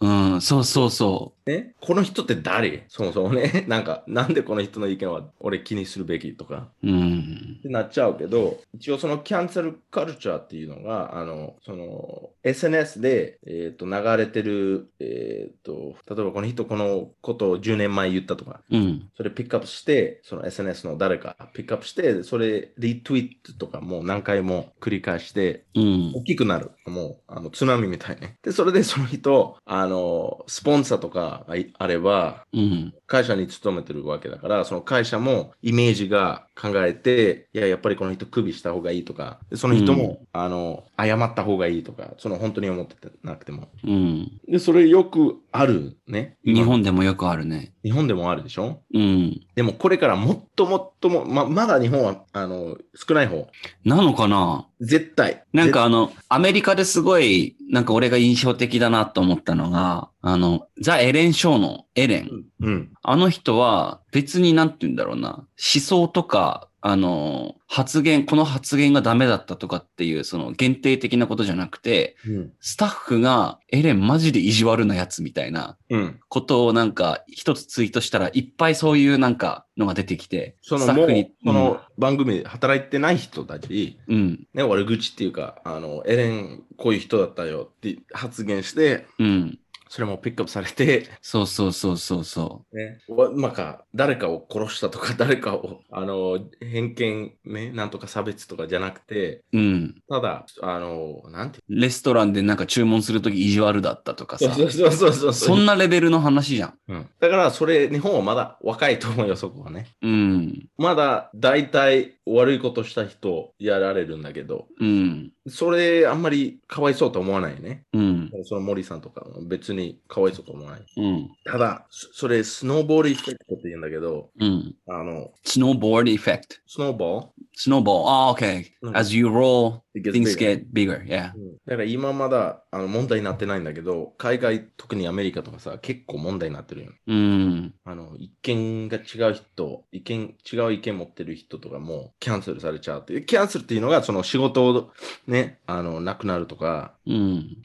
A: うん。うん。そうそうそ
B: ね、この人って誰そもそもね、 なんか、なんでこの人の意見は俺気にするべきとか、
A: うん
B: っ。てなっちゃうけど、一応そのキャンセルカルチャーっていうのが、あの、その、SNS で、えっ、と、流れてる、えっ、と、例えばこの人このことを10年前言ったとか、
A: うん。
B: それピックアップして、その SNS の誰かピックアップして、それリツイートとかもう何回も繰り返して、
A: うん。
B: 大きくなる。もう、あの、津波みたいね。で、それでその人、あの、スポンサーとかがいあれば、
A: うん。
B: 会社に勤めてるわけだから、その会社もイメージが考えて、いや、やっぱりこの人首した方がいいとか、でその人も、あの、謝った方がいいとか、その本当に思っててなくても。
A: うん。
B: で、それよくあるね。
A: 日本でもよくあるね。
B: 日本でもあるでしょ
A: うん。
B: でもこれからもっともっとも、ま、まだ日本は、あの、少ない方。
A: なのかな
B: 絶対。
A: なんかあの、アメリカですごい、なんか俺が印象的だなと思ったのが、あの、ザ・エレン・ショーのエレン。
B: 絶、うん。
A: あの人は別になんて言うんだろうな、思想とか、あの、発言、この発言がダメだったとかっていう、その限定的なことじゃなくて、
B: うん。
A: スタッフがエレンマジで意地悪なやつみたいな
B: うん。
A: ことをなんか一つツイートしたらいっぱいそういうなんかのが出てきて、
B: そ
A: ス
B: の
A: タ
B: も
A: ッ
B: う
A: フに、、
B: この番組で働いてない人たち、
A: うん、うん、
B: ね、悪口っていうか、あの、エレン、こういう人だったよって発言して、
A: うん、
B: それもピックアップされて、
A: そうそうそうそうそ
B: ね、わまあか、誰かを殺したとか、 誰かを、あの、偏見、ね、なんとか差別とかじゃなくて、
A: う、うん。
B: ただ、あの、なんて
A: レストランでなんか注文するとき意地悪だったとか
B: 言
A: さ、
B: うそうそうそう
A: そんなレベルの話じゃん。
B: うんだから、それ、日本はまだ若いと思うよ、そこはね。
A: うん、
B: まだ、大体、悪いことした人、やられるんだけど、
A: うん、
B: それ、あんまり、かわいそうと思わないよね。
A: うん、
B: その森さんとか、別に、かわいそうと思わない。
A: うん、
B: ただ、そそれ、スノーボールエフェクトって言うんだけど、
A: うん。
B: あの、
A: Snowboard effect.
B: スノーボール
A: Snowball. Oh, okay.
B: No.
A: As you roll,
B: It gets
A: things
B: bigger.
A: get bigger. Yeah.
B: うんだから今まだあの問題になってないんだけど、海外、特にアメリカとかさ、結構問題になってるよね。
A: うん。
B: あの、意見が違う人、意見、違う意見持ってる人とかもキャンセルされちゃうっていう。キャンセルっていうのが、その仕事をね、あの、なくなるとか。
A: うん。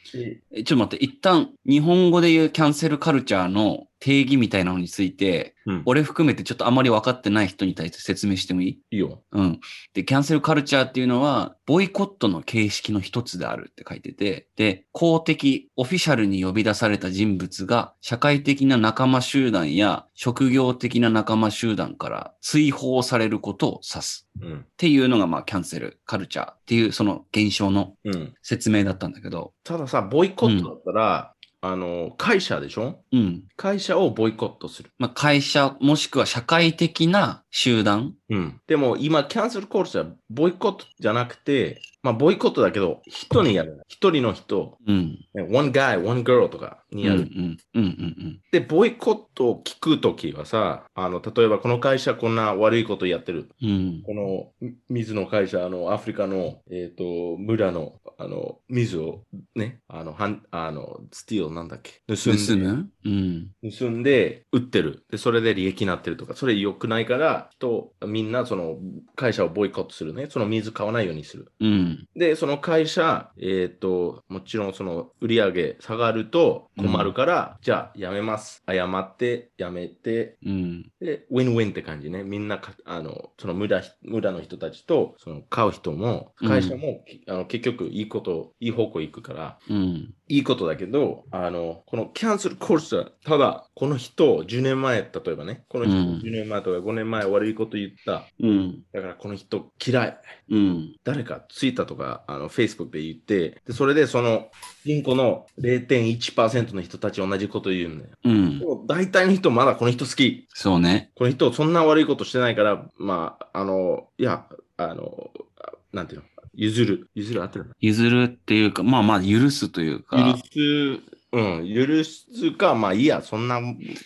A: えちょっと待って、一旦、日本語で言うキャンセルカルチャーの定義みたいなのについて、
B: うん
A: 俺含めてちょっとあまり分かってない人に対して説明してもいい
B: いいよ。
A: うん。で、キャンセルカルチャーっていうのは、ボイコットの形式の一つであるって書いてて、で、公的、オフィシャルに呼び出された人物が、社会的な仲間集団や、職業的な仲間集団から追放されることを指す。
B: うん
A: っ。ていうのが、まあ、キャンセルカルチャーっていう、その現象の
B: うん。
A: 説明だったんだけど、
B: たださ、ボイコットだったら、あの、会社でしょ
A: うん。
B: 会社をボイコットする。
A: まあ、会社、もしくは社会的な集団。
B: うん。でも今、キャンセルコールじゃボイコットじゃなくて、まあ、ボイコットだけど、人にやる。一人の人、
A: うん。
B: ね one guy, one girl とかにやる。
A: うんうん。うんうん
B: で、ボイコットを聞くときはさ、あの、例えばこの会社こんな悪いことやってる。
A: うん。うん。
B: このみ水の会社、あの、アフリカの、えっ、と、村の、あの、水をね、あの、はんあの、スティールなんだっけ盗んで
A: 盗むうん。
B: 盗んで売ってる。で、それで利益になってるとか、それ良くないから、人、みんなその会社をボイコットするね。その水買わないようにする。
A: うん。
B: で、その会社、えっ、と、もちろんその売り上げ下がると困るから、じゃあやめます。謝って、やめて、
A: うん。
B: で、ウィンウィンって感じね。みんなか、あの、その村、村の人たちと、その買う人も、会社も、きあの結局いいこと、いい方向行くから、
A: うん。
B: いいことだけど、あの、このキャンセルコースは、ただ、この人を10年前、例えばね、この人
A: うん
B: 10年前とか5年前悪いこと言った。
A: うん。
B: だからこの人嫌い。
A: うん。
B: 誰かツイッターとか、あの、Facebook で言って、で、それでその人口の0.1%の人たち同じこと言うんだよ。
A: うん
B: で。も大体の人まだこの人好き。
A: そうね。
B: この人そんな悪いことしてないから、まあ、あの、いや、あの、あなんていうの、譲る。譲る合ってる
A: 譲るっていうか、まあまあ許すというか、
B: 許す、うん、許すか、まあいいや、そんな。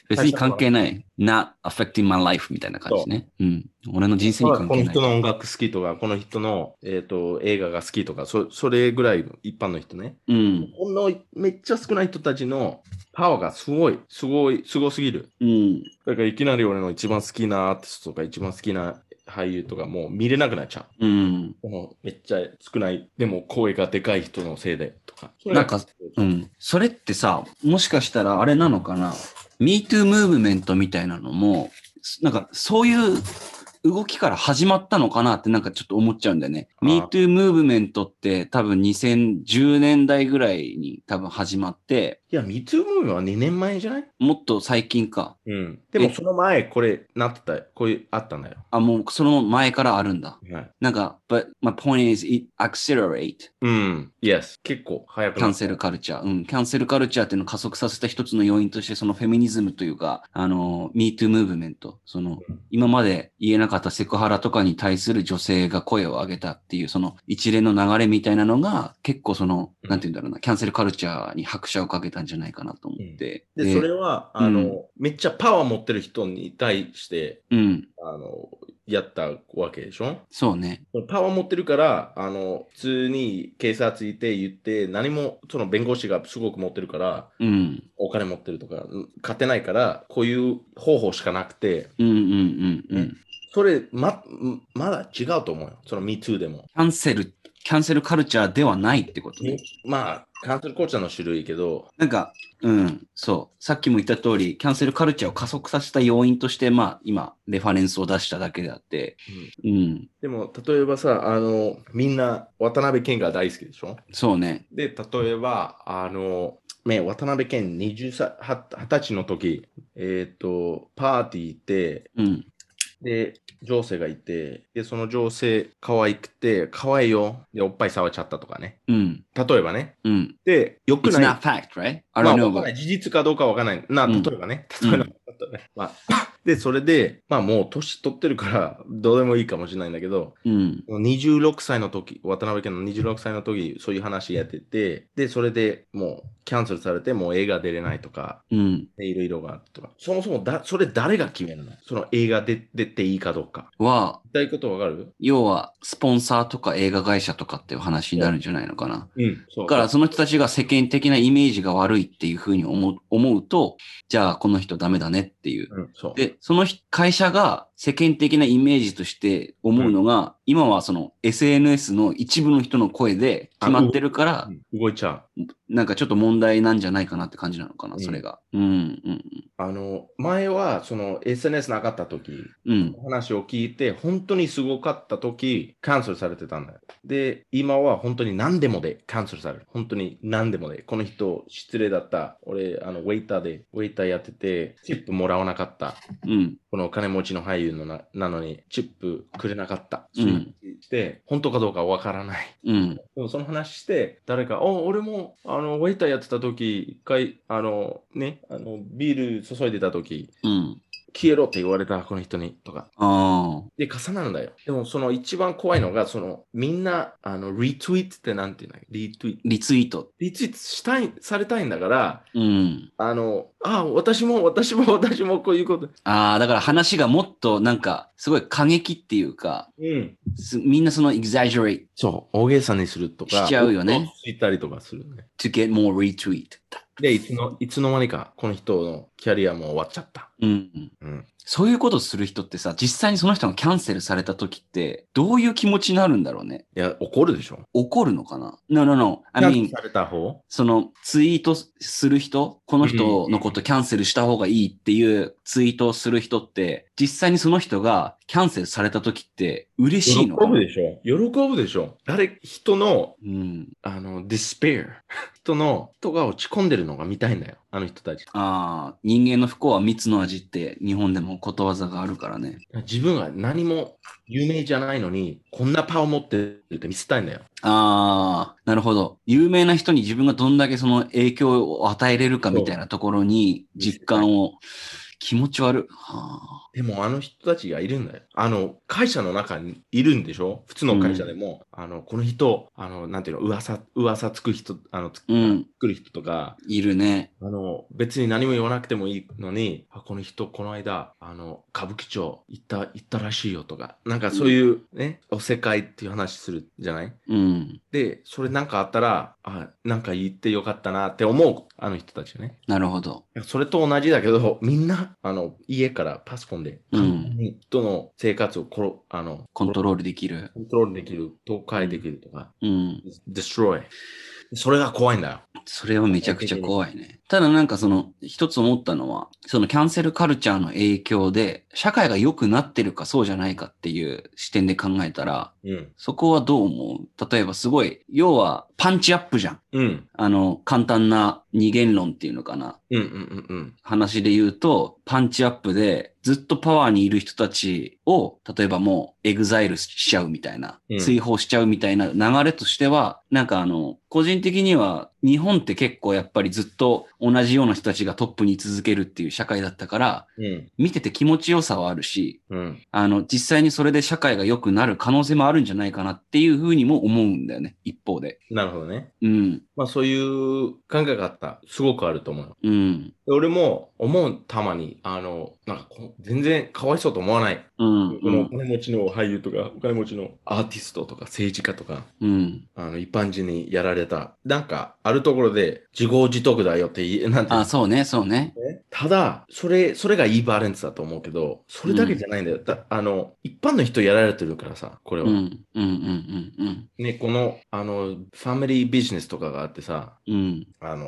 A: 別に関係ない。not affecting my life みたいな感じね。うん。俺の人生に
B: まあ
A: 関
B: この
A: 係
B: 人
A: ない。
B: の音楽好きとか、この人の、えー、と映画が好きとかそ、それぐらいの一般の人ね。
A: うん。
B: ほんのめっちゃ少ない人たちのパワーがすごい、すごい、すごすぎる。
A: うん。
B: だからいきなり俺の一番好きなアーティストとか、一番好きな俳優とか、もう見れなくなっちゃう。
A: うん。
B: このめっちゃ少ない、でも声がでかい人のせいでとか。
A: なんか、うん。それってさ、もしかしたらあれなのかな MeToo ムーブメントみたいなのも、なんかそういう動きから始まったのかなってなんかちょっと思っちゃうんだよね。
B: あー
A: MeToo ムーブメントって多分2010年代ぐらいに多分始まって、
B: いや、ミツームーブは2年前じゃない
A: もっと最近か。
B: うん。でもその前、これ、なってた、こういう、あったんだよ。
A: あ、もうその前からあるんだ。
B: はい。
A: なんか、but my point is it accelerate
B: うん。Yes。結構早く
A: キャンセル。カルチャー。うん。キャンセルカルチャーっていうのを加速させた一つの要因として、そのフェミニズムというか、あの、MeToo ムーブメント。その
B: うん、
A: 今まで言えなかったセクハラとかに対する女性が声を上げたっていう、その一連の流れみたいなのが、結構その、
B: うん
A: なんて言うんだろうな、キャンセルカルチャーに拍車をかけたんじゃないかなと思って。
B: で、それは、
A: うん
B: あの、めっちゃパワー持ってる人に対して、
A: うん。
B: あの、やったわけでしょ
A: そうね。
B: パワー持ってるから、あの、普通に警察いて言って、何も、その弁護士がすごく持ってるから、
A: うん。
B: お金持ってるとか、うん勝てないから、こういう方法しかなくて、
A: うんうんうんうん。
B: それ、ま、まだ違うと思うよ。その MeToo でも。
A: キャンセル、キャンセルカルチャーではないってことね。
B: まあ、カンセルコーチャーの種類けど、
A: なんか、うん、そう。さっきも言った通り、キャンセルカルチャーを加速させた要因として、まあ、今、レファレンスを出しただけであって、うん、
B: でも、例えばさ、あの、みんな渡辺謙が大好きでしょ
A: そうね。
B: で、例えば、あの、ね、渡辺謙20歳、は二十歳の時、えっ、と、パーティー行って、
A: うん、
B: で、女性がいて、で、その女性、可愛くて、可愛いよ。で、おっぱい触っちゃったとかね。
A: うん、
B: 例えばね。
A: うん。
B: で、よく
A: It's
B: ない。
A: not fact, right? I
B: まあ
A: don't know.
B: わかんな
A: but-
B: い事実かどうかわからない。な、
A: う
B: 例
A: ん
B: えばね。
A: うん
B: 例えば、例えばねまあ、で、それで、まあもう年取ってるから、どうでもいいかもしれないんだけど、
A: うん、
B: 26歳の時、渡辺家の26歳の時、そういう話やってて、で、それでもう、キャンセルされて、もう映画出れないとか、
A: うん。
B: でいろいろがあってとか、そもそもだ、それ誰が決めるのその映画で出ていいかどうか。
A: は、
B: 言いたいことわかる
A: 要は、スポンサーとか映画会社とかっていう話になるんじゃないのかな。
B: うん、そ
A: だ
B: う
A: から、その人たちが世間的なイメージが悪いっていうふうに思う思うと、じゃあ、この人ダメだねっていう
B: うん、そう。
A: で、その日会社が世間的なイメージとして思うのが、今はその SNS の一部の人の声で決まってるから、
B: うん動いちゃう。
A: なんかちょっと問題なんじゃないかなって感じなのかな、
B: うん
A: それが。うん、うん、
B: あの、前は、その SNS なかった時、
A: うん。
B: 話を聞いて、本当にすごかった時、キャンセルされてたんだよ。で、今は本当に何でもでキャンセルされる。本当に何でもで。この人、失礼だった。俺、あの、ウェイターで、ウェイターやってて、チップもらわなかった。
A: うん、
B: この金持ちの俳優のななのに、チップくれなかった。
A: うん
B: そういう話して、本当かどうかわからない。
A: うん、
B: でもその話して、誰か、あ、俺も、あの、ウェイターやってた時、一回、あの、ね、あの、ビール注いでた時、
A: うん。
B: 消えろって言われた、この人に、とか。
A: ああ、
B: で、重なるんだよ。でも、その一番怖いのが、その、みんな、あの、リツイートってなんていうんだっけリツイート。
A: リツイート。
B: リツイートしたい、されたいんだから、
A: うん。
B: あの、あ、私も、私も、私も、こういうこと。
A: ああ、だから話がもっとなんか、すごい過激っていうか、
B: うん。
A: すみんなその exaggerate
B: そう、大げさにするとか。
A: しちゃうよね。
B: ついたりとかするね。
A: to get more retweet。
B: で、いつの、いつの間にか、この人のキャリアも終わっちゃった。
A: うん。
B: うん。
A: そういうことする人ってさ、実際にその人がキャンセルされた時って、どういう気持ちになるんだろうね。
B: いや、怒るでしょ。
A: 怒るのかな ?No, no, no. I
B: キャンセ
A: mean,
B: ルされた方
A: そのツイートする人、この人のことキャンセルした方がいいっていうツイートをする人って、実際にその人がキャンセルされた時って嬉しいのかな
B: でしょ喜ぶでしょ誰、人の、
A: うん。
B: あの、despair。人 の、人が落ち込んでるのが見たいんだよ。あの人たち。
A: ああ、人間の不幸は蜜の味って日本でもことわざがあるからね。
B: 自分は何も有名じゃないのに、こんなパワー持ってるって見せたいんだよ。
A: ああ、なるほど。有名な人に自分がどんだけその影響を与えれるかみたいなところに実感を、気持ち悪い。はあ
B: でもあの人たちがいるんだよ。あの、会社の中にいるんでしょ普通の会社でも、あの、この人、あの、なんていうの、噂、噂つく人、あの、つ
A: うん、
B: 作る人とか、
A: いるね。
B: あの、別に何も言わなくてもいいのに、あ、この人、この間、あの、歌舞伎町行った、行ったらしいよとか、なんかそういうね、お世界っていう話するじゃない
A: うん。
B: で、それなんかあったら、あ、なんか言ってよかったなって思う、あの人たちね。
A: なるほど。
B: それと同じだけど、みんな、あの、家からパソコンで、
A: うん
B: 人の生活をコロ、あの、
A: コント
B: ロ
A: ロールできる。
B: コントロールできる、倒壊できるとか、
A: うん。
B: destroy。それが怖いんだよ。
A: それはめちゃくちゃ怖いね。ただなんかその一つ思ったのは、そのキャンセルカルチャーの影響で、社会が良くなってるかそうじゃないかっていう視点で考えたら、
B: うん。
A: そこはどう思う例えばすごい、要はパンチアップじゃん。
B: うん。
A: あの、簡単な二元論っていうのかな。
B: うんうんうんうん。
A: 話で言うと、パンチアップでずっとパワーにいる人たちを、例えばもうエグザイルしちゃうみたいな、
B: うん
A: 追放しちゃうみたいな流れとしては、なんかあの、個人的には日本って結構やっぱりずっと同じような人たちがトップに続けるっていう社会だったから、
B: うん。
A: 見てて気持ちよさはあるし、
B: うん。
A: あの、実際にそれで社会が良くなる可能性もあるんじゃないかなっていうふうにも思うんだよね、一方で。
B: なるほどね。
A: うん、
B: まあそういう考え方、すごくあると思うよ。
A: うん、
B: で俺も思う、たまに、あの、なんかこう全然かわいそうと思わない。
A: うん、
B: こ
A: う
B: のお
A: ん、
B: 金持ちの俳優とか、お金持ちのアーティストとか政治家とか、
A: うん。
B: あの一般人にやられた、なんかあるところで自業自得だよって言え、なんていう
A: あ、
B: の
A: そうね、そうね。
B: ただ、それ、それがいいバレンスだと思うけど、それだけじゃないんだよ。だあの、一般の人やられてるからさ、これは。
A: うん、うん、うん、うん、
B: ね、この、あの、ファミリービジネスとかがあってさ、
A: うん。うん、
B: あの、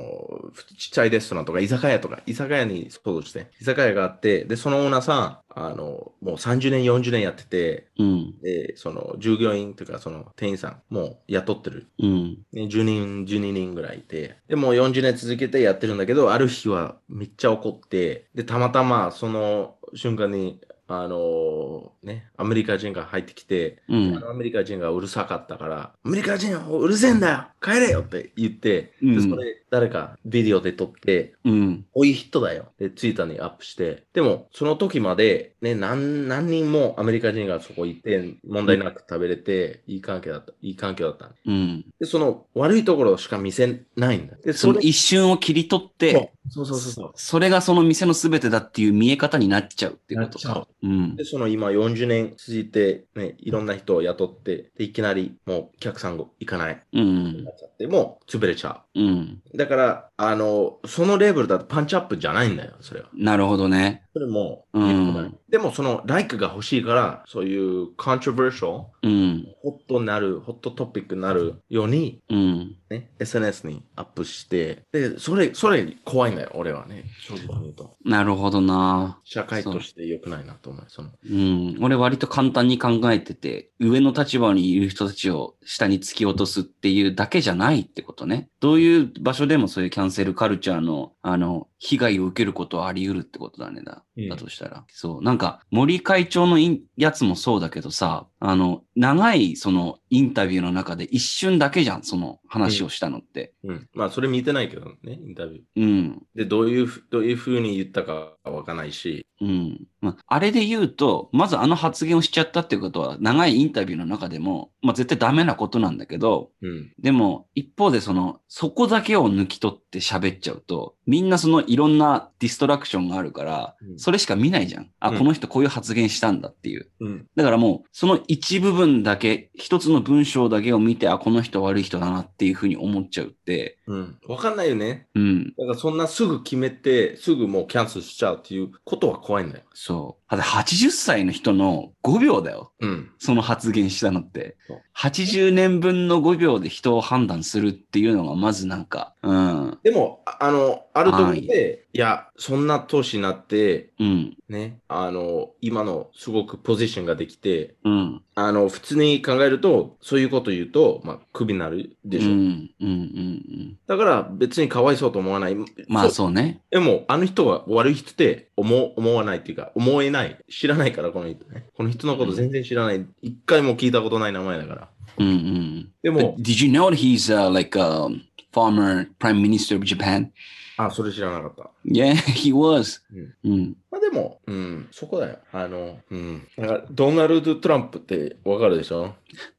B: ちっちゃいレストランとか居酒屋とか、居酒屋に想像して、居酒屋があって、で、そのオーナーさん、あの、もう30年、40年やってて、
A: うん、
B: で、その従業員というか、その店員さん、もう雇ってる。
A: うん、
B: ね、10人、12人ぐらいいて、で、もう40年続けてやってるんだけど、ある日はめっちゃ怒って、で、たまたまその瞬間に、あのね、アメリカ人が入ってきて、
A: うん、
B: アメリカ人がうるさかったから、アメリカ人うるせえんだよ帰れよって言って、
A: う
B: で
A: ん
B: それ誰かビデオで撮って、
A: うん、
B: こういう人だよ。で、ツイッターにアップして、でも、その時まで、ね、何、何人もアメリカ人がそこ行って、問題なく食べれて、いい関係だった、いい環境だった。
A: うん。
B: で、その悪いところしか見せないんだ。で、
A: その一瞬を切り取って、
B: そうそうそうそう。
A: それがその店の全てだっていう見え方になっちゃうっていうこと
B: なっちゃ
A: か。うん
B: で、。その今40年続いて、ね、いろんな人を雇って、で、いきなりもうお客さんが行かない。
A: うん
B: な。っちゃって、もう潰れちゃう。
A: うん。
B: だから、あの、そのレベルだとパンチアップじゃないんだよ、それは。
A: なるほどね。
B: それも、
A: うん
B: でも、その、ライクが欲しいから、そういう、コントロバーシャル、
A: うん。
B: ホットなる、ホットトピックになるように、
A: うん。
B: ね、SNS にアップして、で、それ、それ怖いんだよ、俺はね、正直に言うと。
A: なるほどな。
B: 社会として良くないなと思う。その、
A: うん。俺割と簡単に考えてて、上の立場にいる人たちを下に突き落とすっていうだけじゃないってことね。どういう場所でもそういうキャンセルカルチャーの、あの、被害を受けることはあり得るってことだねだ。
B: うん
A: だとしたら。そう。なんか、森会長のインやつもそうだけどさ、あの、長いそのインタビューの中で一瞬だけじゃん、その話をしたのって。
B: うん。まあ、それ見てないけどね、インタビュー。
A: うん。
B: で、どういうふ、どういうふうに言ったかわかんないし、
A: うん。まあ、あれで言うと、まずあの発言をしちゃったっていうことは、長いインタビューの中でも、まあ、絶対ダメなことなんだけど、
B: うん。
A: でも、一方でその、そこだけを抜き取って喋っちゃうと、みんなそのいろんなディストラクションがあるから
B: う、ん
A: それしか見ないじゃん。あ、
B: うん
A: この人こういう発言したんだっていう。
B: うん。
A: だからもう、その一部分だけ、一つの文章だけを見て、あ、この人悪い人だなっていうふうに思っちゃうって、
B: うん。わかんないよね。
A: うん。
B: だからそんなすぐ決めて、すぐもうキャンセルしちゃうっていうことは怖いんだよ。
A: そう。だって80歳の人の5秒だよ。
B: うん。
A: その発言したのって
B: そう。
A: 80年分の5秒で人を判断するっていうのがまずなんか、うん、
B: でも、ああの、あるところ
A: はい
B: で、いや、そんな投資になって、
A: うん、
B: ね、あの、今のすごくポジションができて、
A: うん、
B: あの、普通に考えると、そういうこと言うと、まあ、クビになる
A: う
B: でしょ。
A: ん、うん、うん。
B: だから、別にかわいそうと思わない。
A: まあ
B: そう
A: そうね。
B: でも、あの人は悪い人って思思わないっていうか、思えない。知らないから、この人ね。この人のこと全然知らない。一回も聞いたことない名前だから。
A: うん、うん。
B: でも
A: But、Did you know he's、uh, like a former prime minister of Japan?
B: あ、それ知らなかった。
A: Yeah, he was. うん、
B: まあでも、うん、そこだよ。あの、うん。だから、ドナルド・トランプってわかるでしょ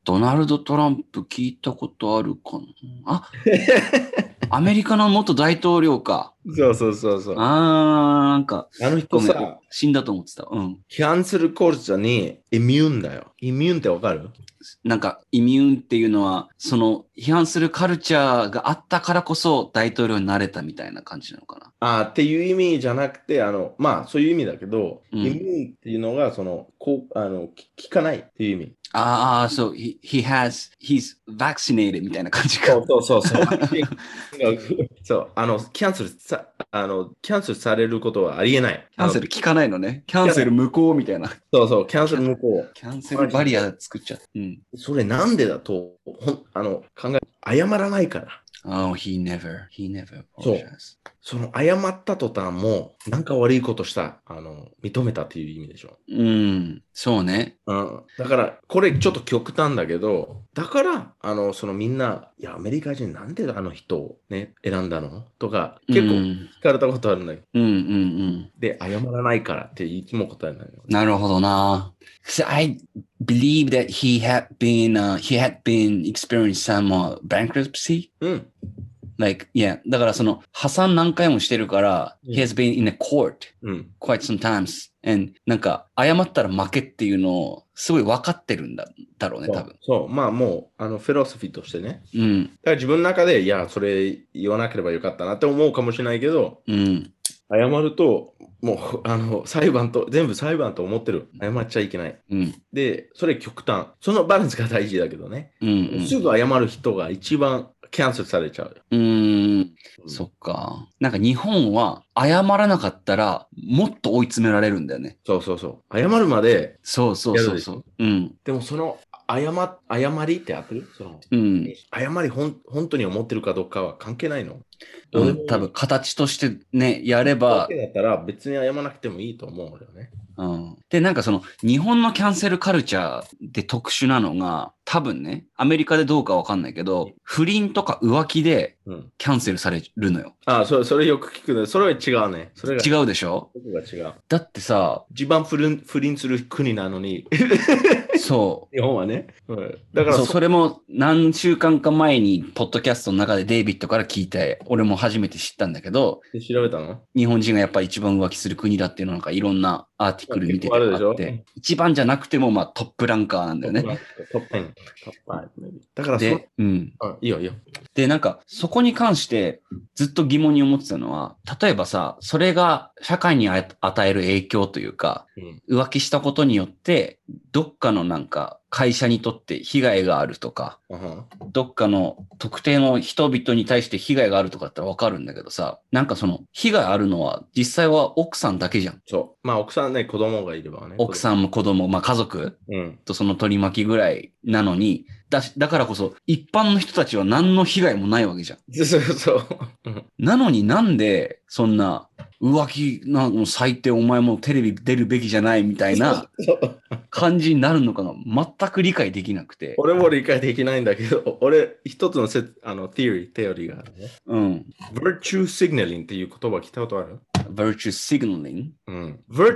A: ドナルド・トランプ聞いたことあるかなあアメリカの元大統領か。
B: そうそうそうそう。あ
A: あー、なんか、
B: の人
A: ごめん
B: さ、
A: 死んだと思ってた。うん。
B: キャンセルコルチャーにイミューンだよ。イミューンってわかる
A: なんかイミューンっていうのは、その批判するカルチャーがあったからこそ大統領になれたみたいな感じなのかな。
B: あーっていう意味じゃなくて、あの、まあ、そういう意味だけど、
A: うん
B: 意味っていうのが、その、こう、あの、き聞かないっていう意味。
A: ああ、そう、he, he has, he's vaccinated みたいな感じか
B: そ。うそうそうそう。 そう、あの、キャンセルさ、あの、キャンセルされることはありえない。
A: キャンセル聞かないのね。キャンセル無効みたいな。
B: あのそうそう、キャンセル無効。
A: キャンセルバリア作っちゃった。うん。
B: それなんでだと、ほんあの、考え、謝らないから。
A: Oh, he never, he never
B: そう
A: apologized.
B: その、謝った途端も、なんか悪いことした、あの、認めたっていう意味でしょ。
A: うん、そうね。
B: うん、だから、これちょっと極端だけど、だから、あの、そのみんな、いや、アメリカ人なんであの人をね、選んだのとか、結
A: う
B: 構
A: ん、
B: 聞かれたことあるんだけど、
A: うん、うん、うん。
B: で、謝らないからっていつも答えないの。
A: なるほどな。So I believe that he had been,、he had been experienced some、bankruptcy.
B: うん。
A: Like, yeah. だからその破産何回もしてるから、
B: うん
A: he has been in a court
B: うん。
A: quite sometimes. And なんか謝ったら負けっていうのをすごい分かってるんだだろうね、
B: そ
A: 多
B: う
A: 分。
B: そう、まあもう、あの、フィロソフィーとしてね。
A: うん、
B: だから自分の中で、いや、それ言わなければよかったなって思うかもしれないけど、
A: うん。
B: 謝ると、もう、あの、裁判と、全部裁判と思ってる。謝っちゃいけない。
A: うん、
B: で、それ極端。そのバランスが大事だけどね。
A: うん、うん
B: すぐ謝る人が一番キャンセルされちゃうよ。
A: うーん、そっか。なんか日本は謝らなかったらもっと追い詰められるんだよね。
B: そうそうそう。謝るまで、
A: そうそうそうそう。うん、
B: でもその、謝、謝りって合ってるその、
A: うん。
B: 謝りほん、本当に思ってるかどうかは関係ないの
A: う
B: 俺
A: ん
B: も
A: 多分形としてね、やれば
B: だけ、だったら別に謝らなくてもいいと思うんだよね。
A: うん、で、なんかその日本のキャンセルカルチャーで特殊なのが、多分ね、アメリカでどうかわかんないけど、不倫とか浮気で
B: うん。
A: キャンセルされるのよ。
B: あそれ、それよく聞くね。それは違うね。それが、
A: 違うでしょ
B: そこが違う。
A: だってさ、
B: 一番不倫不倫する国な のに、
A: そ
B: 日本はね。うん、だ
A: う。
B: から
A: そう
B: そ
A: それも何週間か前に、ポッドキャストの中でデイビッドから聞いて、俺も初めて知ったんだけど、
B: で調べたの
A: 日本人がやっぱり一番浮気する国だっていうのなんかいろんなアーティクル見てて
B: あるでしょ
A: あって、一番じゃなくてもまあトップランカーなんだよね。
B: トップ10。トップ5。だからそ、
A: で、うん。
B: うん、いいよいいよ。
A: で、なんか、そこに関してずっと疑問に思ってたのは、例えばさ、それが社会にあ与える影響というか、
B: うん。
A: 浮気したことによって、どっかのなんか、会社にとって被害があるとか、
B: あは
A: どっかの特定の人々に対して被害があるとかだったらわかるんだけどさ、なんかその、被害あるのは実際は奥さんだけじゃん。
B: そう。まあ、奥さんね、子供がいればね。
A: 奥さんも子供、まあ家族
B: ん。うん。
A: とその取り巻きぐらいなのに、だし、だからこそ一般の人たちは何の被害もないわけじゃん。
B: そうそう。うん
A: なのになんで、そんな、浮気なんもう最低お前もうテレビ出るべきじゃないみたいな
B: そう
A: 感じになるのかが全く理解できなくて。
B: 俺も理解できないんだけど、 俺、一つのせあの、テオリー、テオリーがあるね。
A: うん。
B: virtue signaling っていう言葉聞いたことある
A: virtue signaling
B: うん。virtue。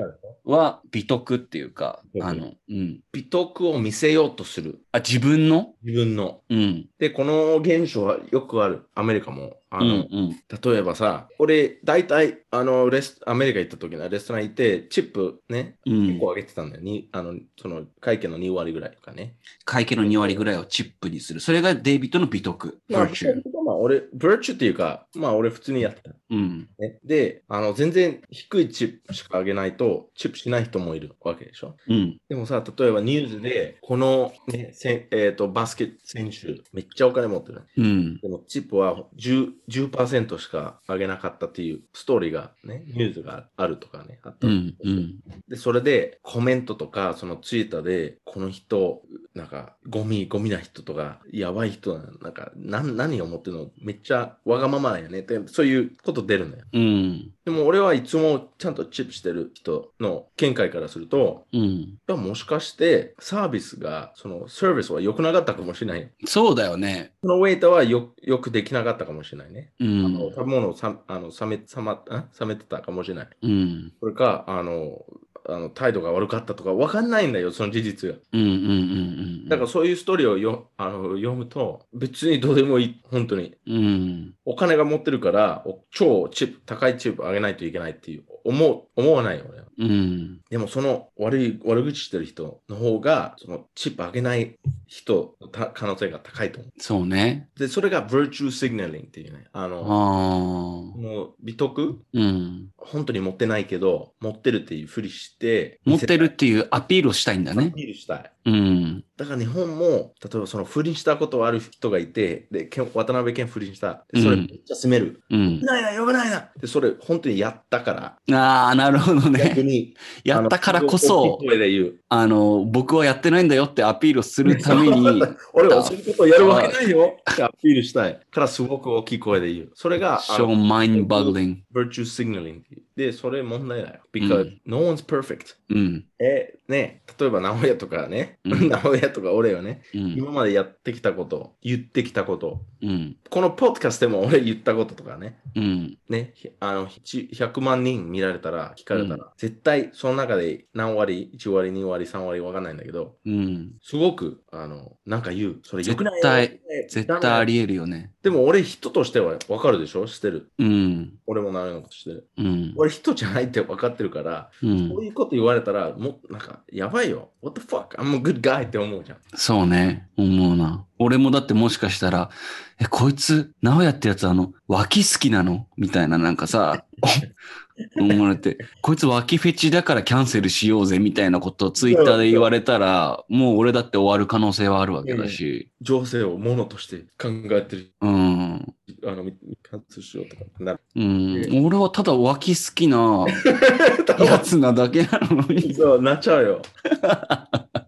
A: Virtue は美徳っていうか、あの、うん。
B: 美徳を見せようとする。
A: あ、自分の
B: 自分の。
A: うん。
B: で、この現象はよくある。アメリカも。
A: う
B: あの
A: んうん。
B: 例えばさ、俺、大体、あの、レス、アメリカ行った時のレストラン行って、チップね、
A: う
B: 結
A: ん。
B: 構上げてたんだよ。にあの、その、会計の2割ぐらいとかね。
A: 会計の2割ぐらいをチップにする。それがデイビッドの美徳。
B: まあ、
A: virtue。
B: まあ、俺、virtue っていうか、まあ、俺普通にやってた。
A: うん。
B: ね、で、あの、全然低いチップしか上げないと、チップしない人もいるわけでしょ。
A: うん。
B: でもさ、例えばニュースで、この、ね、せんえっ、と、バスケ選手、めっちゃお金持ってる。
A: うん。
B: でも、チップは 10%, 10しか上げなかったっていうストーリーが、ね、ニュースがあるとかね、あった
A: う
B: の
A: ん。うん。
B: で、それでコメントとか、そのツイッターで、この人、なんか、ゴミ、ゴミな人とか、やばい人な、なんか、なん何を思ってるのめっちゃわがままだよねって、そういうこと出るのよ。
A: うん。
B: でも俺はいつもちゃんとチップしてる人の見解からすると、
A: うん。
B: いやもしかしてサービスが、そのサービスは良くなかったかもしれないよ。
A: そうだよね。
B: そのウェイターはよよくできなかったかもしれないね。
A: う
B: あの
A: ん。
B: 食べ物をさあの冷め冷まん冷めてたかもしれない。
A: うん。
B: それか、あの、あの態度が悪かったとか分かんないんだよ、その事実が。
A: うんうんうんうん。
B: だからそういうストーリーをよあの読むと、別にどうでもいい、本当に。
A: うん。
B: お金が持ってるから、お超チップ、高いチップ上げないといけないっていう、思う、思わないよ、俺は。
A: うん。
B: でもその悪い、悪口してる人の方が、そのチップ上げない人のた可能性が高いと思
A: そうね。
B: う。で、それが virtue signaling っていうね、あ
A: あ
B: の、
A: あ。
B: もう美徳
A: うん。
B: 本当に持ってないけど、持ってるっていうふりして、
A: 持ってるっていうアピールをしたいんだ
B: 見せたい
A: ね
B: ア。ピールしたい。
A: うん。
B: だから日本も、例えばその不倫したことある人がいて、で、けん渡辺謙不倫した。でそれ
A: うん
B: めっちゃ責める。
A: うん
B: 呼べ。ないな、呼べないな。で、それ本当にやったから、
A: ああ、なるほどね。
B: 逆に。
A: やったからこそ
B: あの大き、い声で言う。
A: あの、僕はやってないんだよってアピールをするために、
B: 俺はそういうことをやるわけないよってアピールしたい。からすごく大きい声で言う。それが、あ
A: ショー
B: の
A: ン・マインバグリング。
B: virtue signaling っていう。で、それ問題だよ。
A: う
B: because
A: ん
B: no one's perfect.
A: うん。
B: え、ね、例えば名古屋とかね、
A: うん
B: 名古屋とか俺よね、
A: うん。
B: 今までやってきたこと、言ってきたこと、
A: うん。
B: このポッドキャストでも俺言ったこととかね、
A: うん。
B: ね、ひあの、ひ100万人見られたら、聞かれたら、絶対その中で何割、1割、2割、3割わかんないんだけど、
A: うん。
B: すごく、あの、なんか言う。それ良くないよ
A: 絶対、
B: 良
A: 絶
B: くない
A: 対あり得るよね。
B: でも俺人としては分かるでしょしてる。
A: うん。
B: 俺も何のことしてる。
A: うん。
B: 俺人じゃないって分かってるから、
A: うん
B: こういうこと言われたら、もうなんか、やばいよ。What the fuck? I'm a good guy って思うじゃん。
A: そうね。思うな。俺もだってもしかしたら、え、こいつ、直哉ってやつあの、脇好きなのみたいななんかさ、 お思われて、こいつ脇フェチだからキャンセルしようぜみたいなことをツイッターで言われたら、もう俺だって終わる可能性はあるわけだし、
B: 情勢をものとして考えてる。
A: うん。
B: あの、観察しようとかなる。
A: うん、俺はただ脇好き なやつなだけなのに。
B: そう、なっちゃうよ。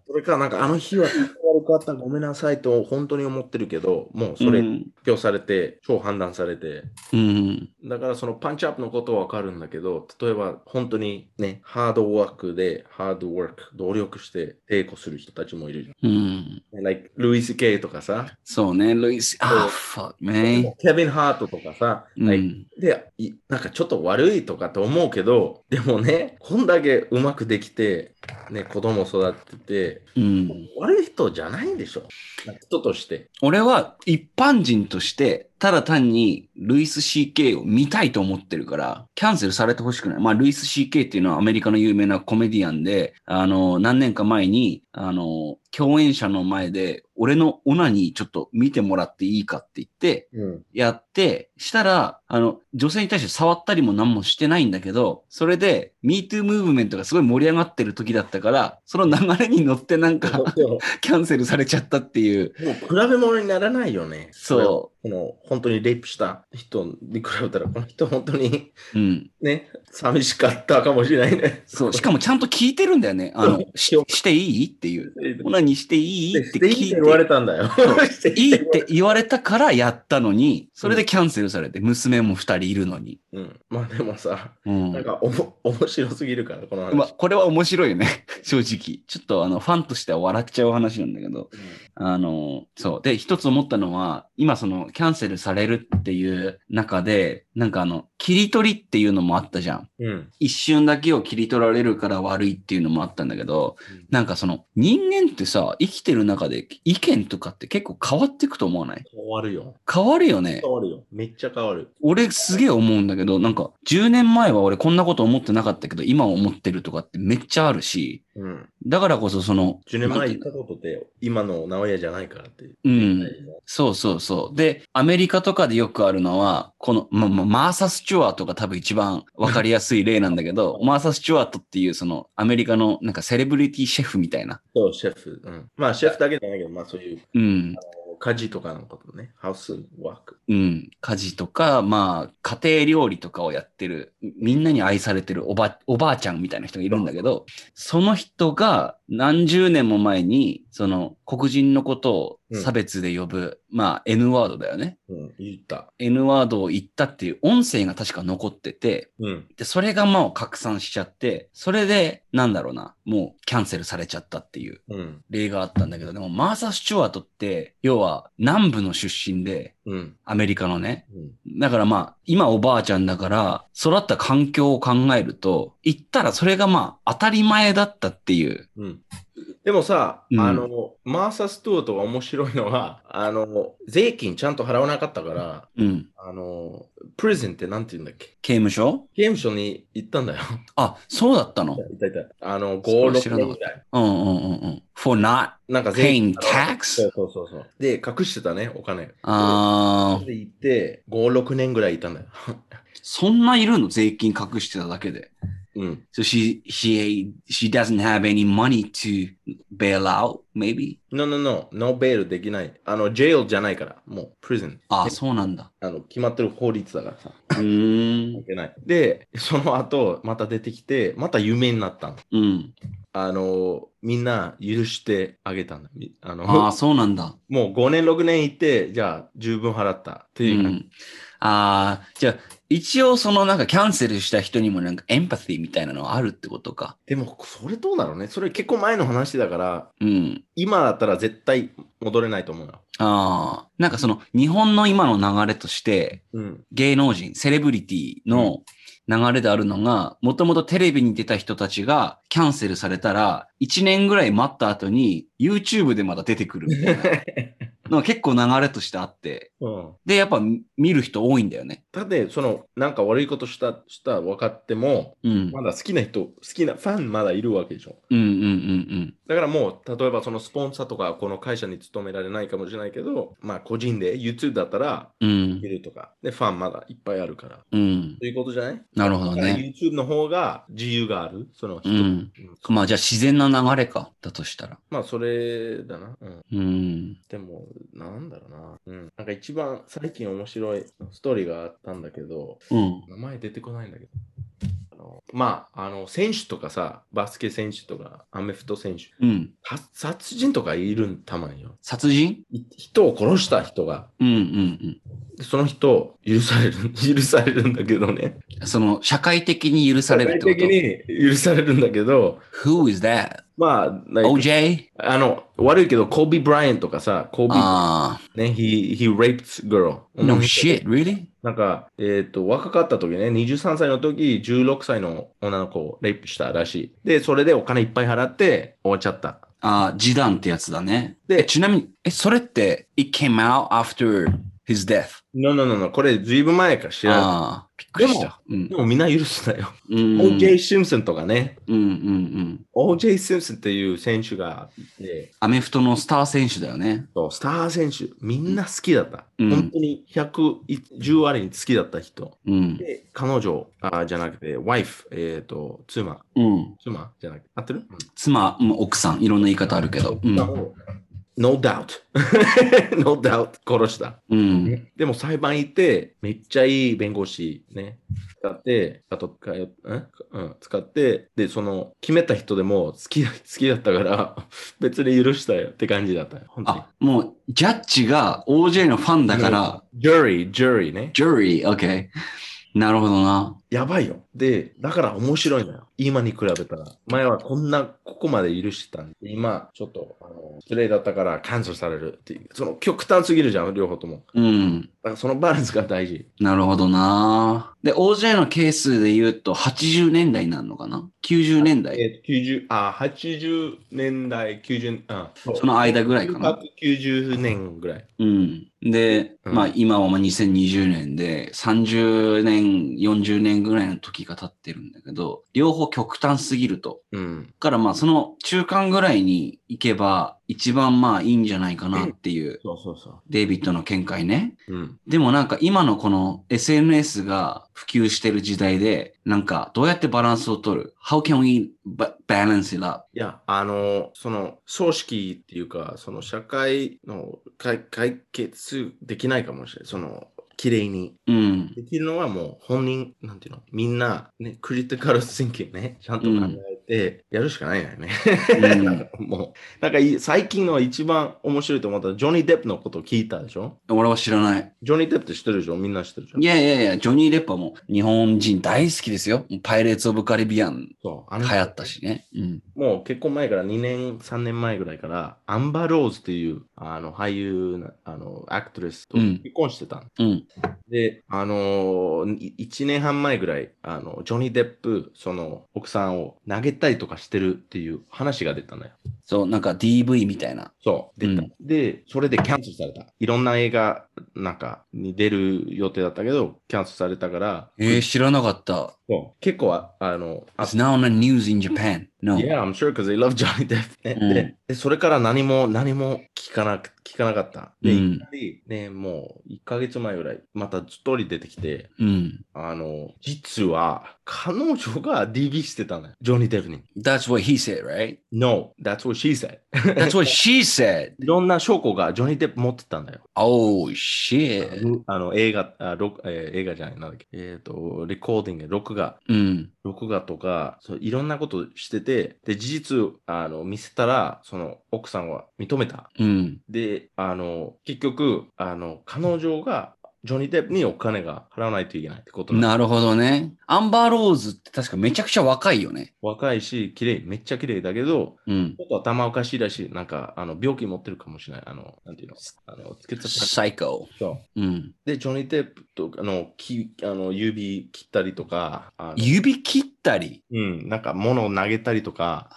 B: それか、なんかあの日は悪かった、ごめんなさいと本当に思ってるけど、もうそれ
A: う
B: 発
A: ん。
B: 表されて、超判断されて、
A: うん。
B: だからそのパンチアップのことはわかるんだけど、例えば本当にね、ハードワークで、ハードワーク、努力して抵抗する人たちもいるじ
A: うん。
B: ゃん。like、ルイス・ケイとかさ、
A: そうね、ルイス、あ、fuck, man.
B: ケビン・ハートとかさ、
A: う
B: like
A: ん。
B: で、いなんかちょっと悪いとかと思うけど、でもね、こんだけうまくできて、ね、子供育てて、
A: うん。
B: 悪い人じゃないんでしょ。なんか人として。
A: 俺は一般人として、ただ単にルイス CK を見たいと思ってるから、キャンセルされてほしくない。まあ、ルイス CK っていうのはアメリカの有名なコメディアンで、あの、何年か前に、あの、共演者の前で、俺のオナにちょっと見てもらっていいかって言って、
B: うん。
A: やって、したら、あの、女性に対して触ったりも何もしてないんだけど、それで、MeToo ムーブメントがすごい盛り上がってる時だったから、その流れに乗ってなんか、
B: でも
A: キャンセルされちゃったっていう。
B: もう比べ物にならないよね。
A: そう。
B: この本当にレイプした人に比べたら、この人本当に
A: うん。
B: ね、寂しかったかもしれないね。
A: そう。しかもちゃんと聞いてるんだよね。あの
B: そう、
A: ししていいっていう。オナにしていいって
B: していい
A: 聞
B: っ
A: い
B: て言われ
A: て。
B: たんだよ。
A: いいって言われたからやったのに、それでキャンセルされて、娘も二人いるのに。
B: うん、まあでもさ、
A: うん
B: なん。かおも面白すぎるから、この話。
A: まあ、これは面白いよね。 正直。ちょっとあの、ファンとしては笑っちゃう話なんだけど。あの、そう。で、一つ思ったのは、今その、キャンセルされるっていう中で、なんかあの、切り取りっていうのもあったじゃん。
B: うん。
A: 一瞬だけを切り取られるから悪いっていうのもあったんだけど、
B: うん
A: なんかその人間ってさ、生きてる中で意見とかって結構変わってくと思わない
B: 変わるよ。
A: 変わるよね
B: 変。わるよ。めっちゃ変わる。
A: 俺すげえ思うんだけど、なんか10年前は俺こんなこと思ってなかったけど、今思ってるとかってめっちゃあるし、
B: うん。
A: だからこそその、
B: 10年
A: なん
B: 前
A: てい
B: 言
A: う
B: っ
A: の
B: たことって、今の直哉じゃないからって。
A: うん。そうそうそう。で、アメリカとかでよくあるのは、この、ま、まマーサ・スチュワートが多分一番わかりやすい例なんだけ ど、マーサ・スチュワートっていうそのアメリカのなんかセレブリティシェフみたいな。
B: そう、シェフ。うん。まあ、シェフだけじゃないけど、まあそういう
A: うん。
B: 家事とかのことね。ハウスワーク。
A: うん、家事とか、まあ、家庭料理とかをやってる、みんなに愛されてるおば、おばあちゃんみたいな人がいるんだけど、その人が何十年も前に、その黒人のことを差別で呼ぶ、まあ、N ワードだよね。
B: うん。言った。
A: N ワードを言ったっていう音声が確か残ってて、
B: うん。
A: で、それがまあ拡散しちゃって、それで、なんだろうな、もうキャンセルされちゃったっていう
B: うん。
A: 例があったんだけど、でもマーサ・スチュワートって、要は南部の出身で、
B: うん。
A: アメリカのね。
B: うん。
A: だからまあ、今おばあちゃんだから、育った環境を考えると、行ったらそれがまあ、当たり前だったっていう。
B: うん、でもさ、
A: うん
B: あの、マーサ・ストゥートが面白いのは、 あの、税金ちゃんと払わなかったから、
A: うん。
B: あの、プレゼンってなんて言うんだっけ
A: 刑務所
B: 刑務所に行ったん だよ。
A: あ、そうだったの。
B: いたいた。あの、
A: そ
B: 5、
A: う知
B: 6
A: らなか
B: 年
A: っ
B: ぐらい。
A: うんうんうんうん。for not
B: なんか税
A: paying
B: 金。そ
A: tax?
B: うそうそうそう。で、隠してたね、お金。
A: あー
B: で、行って、5、6年ぐらいいたんだよ。
A: そんないるの税金隠してただけで。
B: うん。
A: So she, she, she doesn't have any money to bail out, maybe?
B: No, no, no. No bail できない。あの、jail じゃないから。もう、prison。
A: あ、そうなんだ。
B: あの、決まってる法律だからさ。
A: うー
B: い
A: ん。
B: けない。で、その後、また出てきて、また有名になったの。
A: うん。
B: あの、みんな許してあげたんだ。みあの、
A: ああ、そうなんだ。
B: もう5年、6年いて、じゃあ、十分払った。って
A: う
B: いう、
A: ん。ああ、じゃあ、一応そのなんかキャンセルした人にもなんかエンパティみたいなのはあるってことか。
B: でも、それどうだろうね。それ結構前の話だから、
A: うん。
B: 今だったら絶対戻れないと思うな。
A: ああ、なんかその日本の今の流れとして、
B: うん。
A: 芸能人、セレブリティの流れであるのが、もともとテレビに出た人たちがキャンセルされたら、1年ぐらい待った後に YouTube でまた出てくるみたい なのが結構流れとしてあって、
B: うん、
A: で、やっぱ見見る人多いんだよね。
B: だって、その、なんか悪いことした、した分かっても、
A: うん。
B: まだ好きな人、好きなファンまだいるわけでしょ。
A: うんうんうん
B: だからもう、例えばそのスポンサーとか、この会社に勤められないかもしれないけど、まあ個人で YouTube だったら
A: うん。う
B: 見
A: ん。
B: るとか、で、ファンまだいっぱいあるから。
A: うん。
B: ということじゃない、
A: なるほど
B: だから
A: ね。
B: YouTube の方が自由がある、その人。
A: うん。
B: うん
A: まあじゃあ自然な流れか、だとしたら。
B: まあそれだな。うん、
A: うん。
B: でも、なんだろうな、うん。なんか一番最近面白いストーリーがあったんだけど、
A: うん。
B: 名前出てこないんだけど。あのまあ、あの、選手とかさ、バスケ選手とか、アメフト選手、
A: うん。
B: た殺人とかいるんたまによ。
A: 殺人
B: い人を殺した人が、
A: うんうん
B: でその人、許される、 許されるんだけどね。
A: うん。その、社会的に許されるって
B: 社会
A: こ
B: 的に許されるんだけど、
A: と ?Who is that?
B: まあ、like
A: OJ?
B: あの、悪いけど、コービー・ブライアンとかさ、コービー、
A: ああ。
B: ね、he, he raped girl.
A: No shit, really?
B: なんか、えっ、と、若かった時ね、23歳の時、16歳の女の子をレイプしたらしい。で、それでお金いっぱい払って、終わっちゃった。
A: ああ、示談ってやつだね。
B: で
A: えちなみに、え、それって、it came out after his death.
B: No, no, no, no. これ、ずいぶん前から知らない。
A: ああ、びっくりした。うん
B: で。もみんな許すなよ。
A: うん。
B: O.J. シムソンとかね。
A: うんうんうん。
B: O.J. シムソンっていう選手がいて、
A: アメフトのスター選手だよね。
B: そうスター選手、みんな好きだった。
A: うん
B: 本当に110割に好きだった人。
A: うん。
B: で、彼女あじゃなくて、ワイフ、えっ、と、妻、
A: うん。
B: 妻じゃなくて、合ってる、
A: 妻、うん奥さん、いろんな言い方あるけど。うん。
B: ?No doubt. no doubt. 殺した。
A: うん。
B: でも裁判行って、めっちゃいい弁護士ね、使って、あとかよ、んうん、使って、で、その、決めた人でも好き、好きだったから、別に許したよって感じだったよ。本当に
A: あ。、もう、ジャッジが OJ のファンだから、
B: ジュリー、ジュリーね。
A: jury, okay. なるほどな。
B: やばいよ。で、だから面白いのよ。今に比べたら。前はこんな、ここまで許してたんで、今、ちょっと、あの、失礼だったから、キャンセルされるっていう。その、極端すぎるじゃん、両方とも。
A: うん。
B: だから、そのバランスが大事。
A: なるほどな。で、OJ のケースで言うと、80年代になるのかな ?90 年代。
B: えー、90、あ、80年代、90、あ、そ
A: その間ぐらいかな。
B: 90年ぐらい。
A: うん。で、
B: うん
A: まあ今はまあ2020年で、30年、40年ぐらいの時が経ってるんだけど、両方極端すぎると。
B: うん。
A: だからまあその中間ぐらいに行けば、一番まあいいんじゃないかなっていう、
B: そうそうそ
A: デイビッドの見解ね。
B: う。うん。
A: でもなんか今のこの SNS が普及してる時代で、なんかどうやってバランスを取る ?How can we ba- balance it up?
B: いや、あの、その、葬式っていうか、その、社会の解解決できないかもしれない。その、綺麗に。
A: うん。
B: できるのはもう本人、なんていうの、みんな、ね、クリティカルシンキングね、ちゃんと考えってやるしかないよね。
A: うん、
B: もう、なんかい最近の一番面白いと思ったのはジョニー・デップのことを聞いたでしょ
A: 俺は知らない。
B: ジョニー・デップって知ってるでしょみんな知ってるでしょ
A: いやいやいや、ジョニー・レッパーも日本人大好きですよ。パイレーツ・オブ・カリビアン
B: そう。あ
A: 流
B: の
A: 行ったしね。うん。
B: もう結婚前から2年、3年前ぐらいから、アンバー・ローズっていう、あの、俳優な、あの、アクトレスと
A: うん
B: 結婚してたの、
A: うん。
B: で、あのー、1年半前ぐらい、あの、ジョニー・デップ、その、奥さんを投げたりとかしてるっていう話が出たのよ。
A: そう、なんか DV みたいな。
B: そう、出た。
A: うん
B: で、それでキャンセルされた。いろんな映画なんかに出る予定だったけど、キャンセルされたから、
A: えー、知らなかった。
B: そう結構あ、あの、あ
A: It's now on the news in Japan. No.
B: Yeah, I'm sure because they love Johnny Depp ね、
A: うん
B: で。でそれから何も、何も聞かなく、聞かなかった。で、
A: うん
B: いきなりね、もう1ヶ月前ぐらい、また一人出てきて、
A: うん。
B: あの、実は、彼女が DV してたのよ。ジョニー・デップに。
A: That's what he said, right?
B: No, that's what she said.
A: That's what she said.
B: いろんな証拠がジョニー・デップ持ってたんだよ。
A: Oh, shit.
B: あの映画あ録、えー映画じゃない、なんだっけ、えっ、と、レコーディング、録画、
A: うん。
B: 録画とか、そういろんなことしてて、で、事実、あの、見せたら、その、奥さんは認めた。
A: うん。
B: で、あの、結局、あの、彼女が、ジョニー・デップにお金が払わないといけないってこと
A: なるほどね。アンバーローズって確かめちゃくちゃ若いよね。
B: 若いし、綺麗めっちゃ綺麗だけど、
A: うん。
B: ちょっと頭おかしいらしい。なんか、あの、病気持ってるかもしれない。あの、なんていうの、あの、つけた
A: サイコ。
B: そう
A: うん。
B: で、ジョニー・デップとあのきあの指切ったりとか、あの
A: 指切ったり。
B: うん、なんか物を投げたりとか、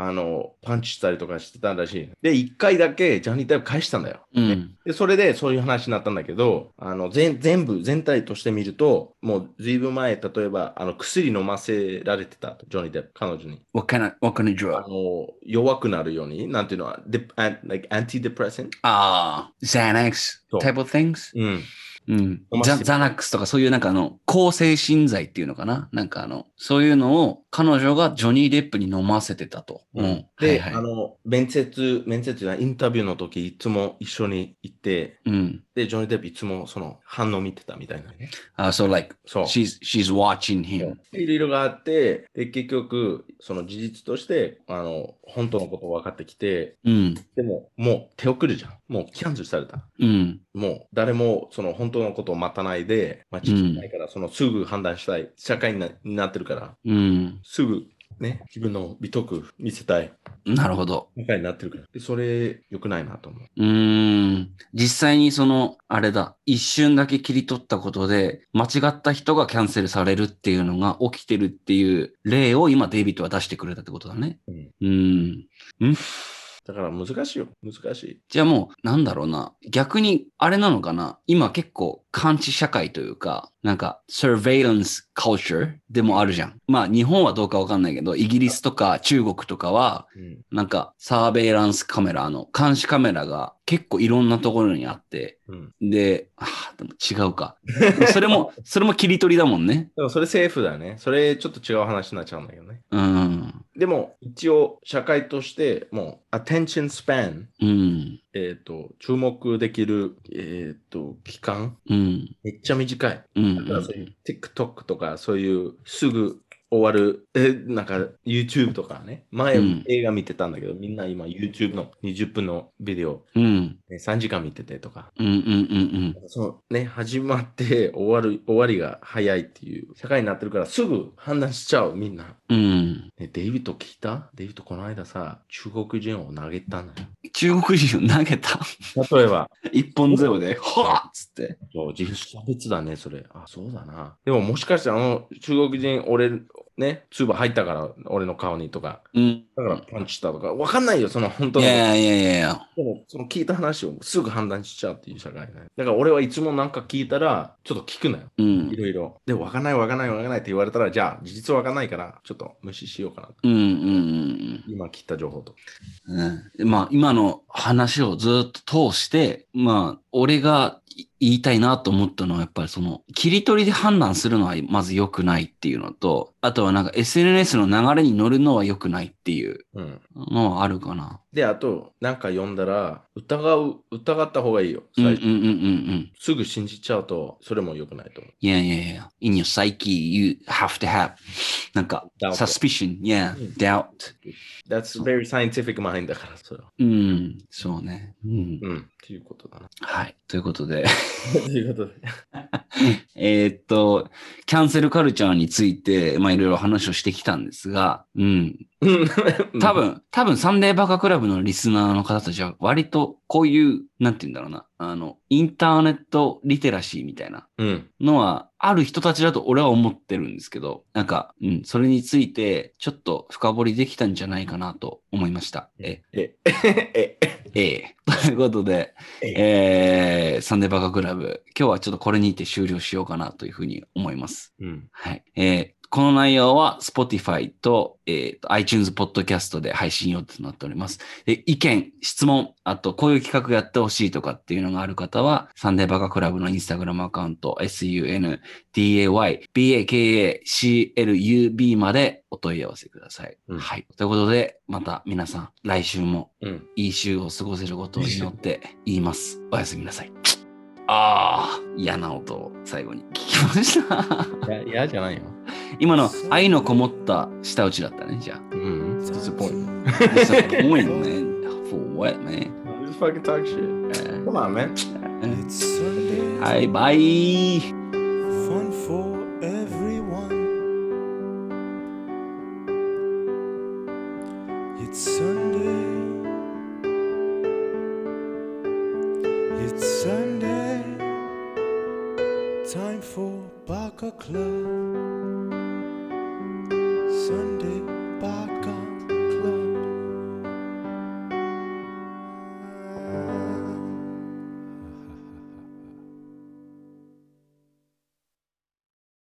B: あの、パンチしたりとかしてたらしい。で、一回だけジャニー・デップ返したんだよ。
A: うん。
B: で、それでそういう話になったんだけど、あの、全全部、全体として見ると、もうずいぶん前、例えば、あの、薬飲ませられてたと、ジョニー・デップ、彼女に。
A: What kind of, what kind of
B: あ
A: drug?
B: の、弱くなるように、なんていうのは、デアン like, アンティデプレッセント
A: ああ、Xanax
B: そう
A: type of things?
B: うん。
A: うん
B: 飲。ませ
A: ザ
B: て
A: ザナックスとかそういうなんかあの、抗精神剤っていうのかななんかあの、そういうのを彼女がジョニー・デップに飲ませてたと。うん。は
B: で、
A: いはい
B: あの、面接、面接じゃないインタビューの時、いつも一緒に行って、
A: うん。
B: で、ジョニー・デップいつもその反応見てたみたいなね。
A: あ、そう、like,
B: そう。
A: she's, she's watching him.
B: でいろいろがあって、で、結局、その事実として、あの、本当のこと分かってきて、
A: うん。
B: でも、もう手遅れじゃん。もうキャンセルされた。
A: うん。
B: もう誰もその本当のことを待たないで、待ちきれないから、そのすぐ判断したい社会になになってるから、
A: うん。
B: すぐね、自分の美徳見せたい
A: なるほど。
B: 社会になってるから。でそれ、良くないなと思う。
A: うーん。実際にその、あれだ、一瞬だけ切り取ったことで、間違った人がキャンセルされるっていうのが起きてるっていう例を今デイビッドは出してくれたってことだね。
B: うん
A: うん。
B: だから難しいよ。難しい。
A: じゃあもう、なんだろうな。逆に、あれなのかな。今結構、感知社会というか、なんか、surveillance culture でもあるじゃん。まあ、日本はどうかわかんないけど、イギリスとか中国とかは、
B: うん。
A: なんか、サーベイランスカメラ、あの、監視カメラが結構いろんなところにあって、
B: うん。
A: で、あーでも違うか。 それも、それも切り取りだもんね。
B: でもそれ政府だね。それちょっと違う話になっちゃうんだけどね。
A: うん。
B: でも、一応、社会として、もう、attention span、
A: うん。
B: えっ、と、注目できる、えっ、と、期間、
A: うん。
B: めっちゃ短い。
A: うん。
B: だからそういう TikTok とか、そういう、すぐ終わる、えーなんか、YouTube とかね。前
A: うん、
B: 映画見てたんだけど、みんな今、YouTube の20分のビデオ、
A: うん。うん。
B: ね、3時間見ててとか。
A: うん。うん。うん。
B: そのね、始まって終わる、終わりが早いっていう、社会になってるから、すぐ判断しちゃう、みんな。
A: うん。
B: ね、デイビッド聞いたデイビッドこの間さ、中国人を投げたんだよ。
A: 中国人を投げた。
B: 例えば、
A: 一本ゼロで、はっつって。
B: そう人種差別だね、それ。あ、そうだな。でももしかしてあの中国人、俺、ね、ツーバー入ったから、俺の顔にとか、
A: うん。
B: だからパンチしたとか、わかんないよ、その本当
A: い
B: の。
A: やいやいやいや。
B: でも、その聞いた話をすぐ判断しちゃうっていう社会ね。だから俺はいつもなんか聞いたら、ちょっと聞くなよ。
A: う
B: い
A: ん。
B: ろいろ。で、わかんない、わかんない、わかんないって言われたら、じゃあ、事実わかんないから、ちょっと無視しようかな。
A: うんうん
B: 今聞いた情報と。
A: うんうん。まあ、今の話をずっと通して、まあ、俺がい言いたいなと思ったのは、やっぱりその、切り取りで判断するのはまず良くないっていうのと、あとはなんか SNS の流れに乗るのは良くないっていう
B: うん。
A: のはあるかな。
B: で、あと、なんか読んだら、疑う、疑った方がいいよ。
A: うんうん
B: 最
A: うんうん
B: 初
A: うん。
B: すぐ信じちゃうと、それも良くないと思う。
A: Yeah, yeah, yeah. In your psyche, you have to have なんか
B: Doubt.
A: suspicion, yeah,
B: うん
A: doubt.
B: That's very scientific mind だから、それは。
A: うん、そうね。うん、
B: うん。っていうこ とだな。
A: はい。ということで、
B: ということで。
A: えーっと、キャンセルカルチャーについて、まあいろいろ話をしてきたんですが、うん。
B: うん
A: 多。分、多分サンデーバカクラブのリスナーの方たちは割とこういう、なんて言うんだろうな、あの、インターネットリテラシーみたいな
B: うん。
A: のは、ある人たちだと俺は思ってるんですけど、なんか、うん、それについて、ちょっと深掘りできたんじゃないかなと思いました。え、
B: え、え、
A: ええ。 ということで、
B: え
A: えー、サンデーバカクラブ、今日はちょっとこれにて終了しようかなというふうに思います。
B: うん。
A: はい。えーこの内容は Spotify と,、えーと iTunes Podcast で配信予定となっております。で意見、質問、あとこういう企画やってほしいとかっていうのがある方は、サンデーバカクラブのインスタグラムアカウント、sundaybakaclub までお問い合わせください。
B: うん
A: はい。ということで、また皆さん、来週も
B: うん。
A: いい週を過ごせることを祈って言います。おやすみなさい。ああ、嫌な音を最後に聞きました。
B: いや、嫌じゃないよ。
A: 今の愛のこもった舌打ちだったね、じゃ
C: Mm-hmm.
B: うん。Disappoint.
A: あ。disappoint, man. For what, man?
B: Just fucking talk shit. Come on, man.
C: It's Sunday.
A: はい、バイ
C: Fun for everyone. It's Sunday. It's Sunday. Time for Baka Club.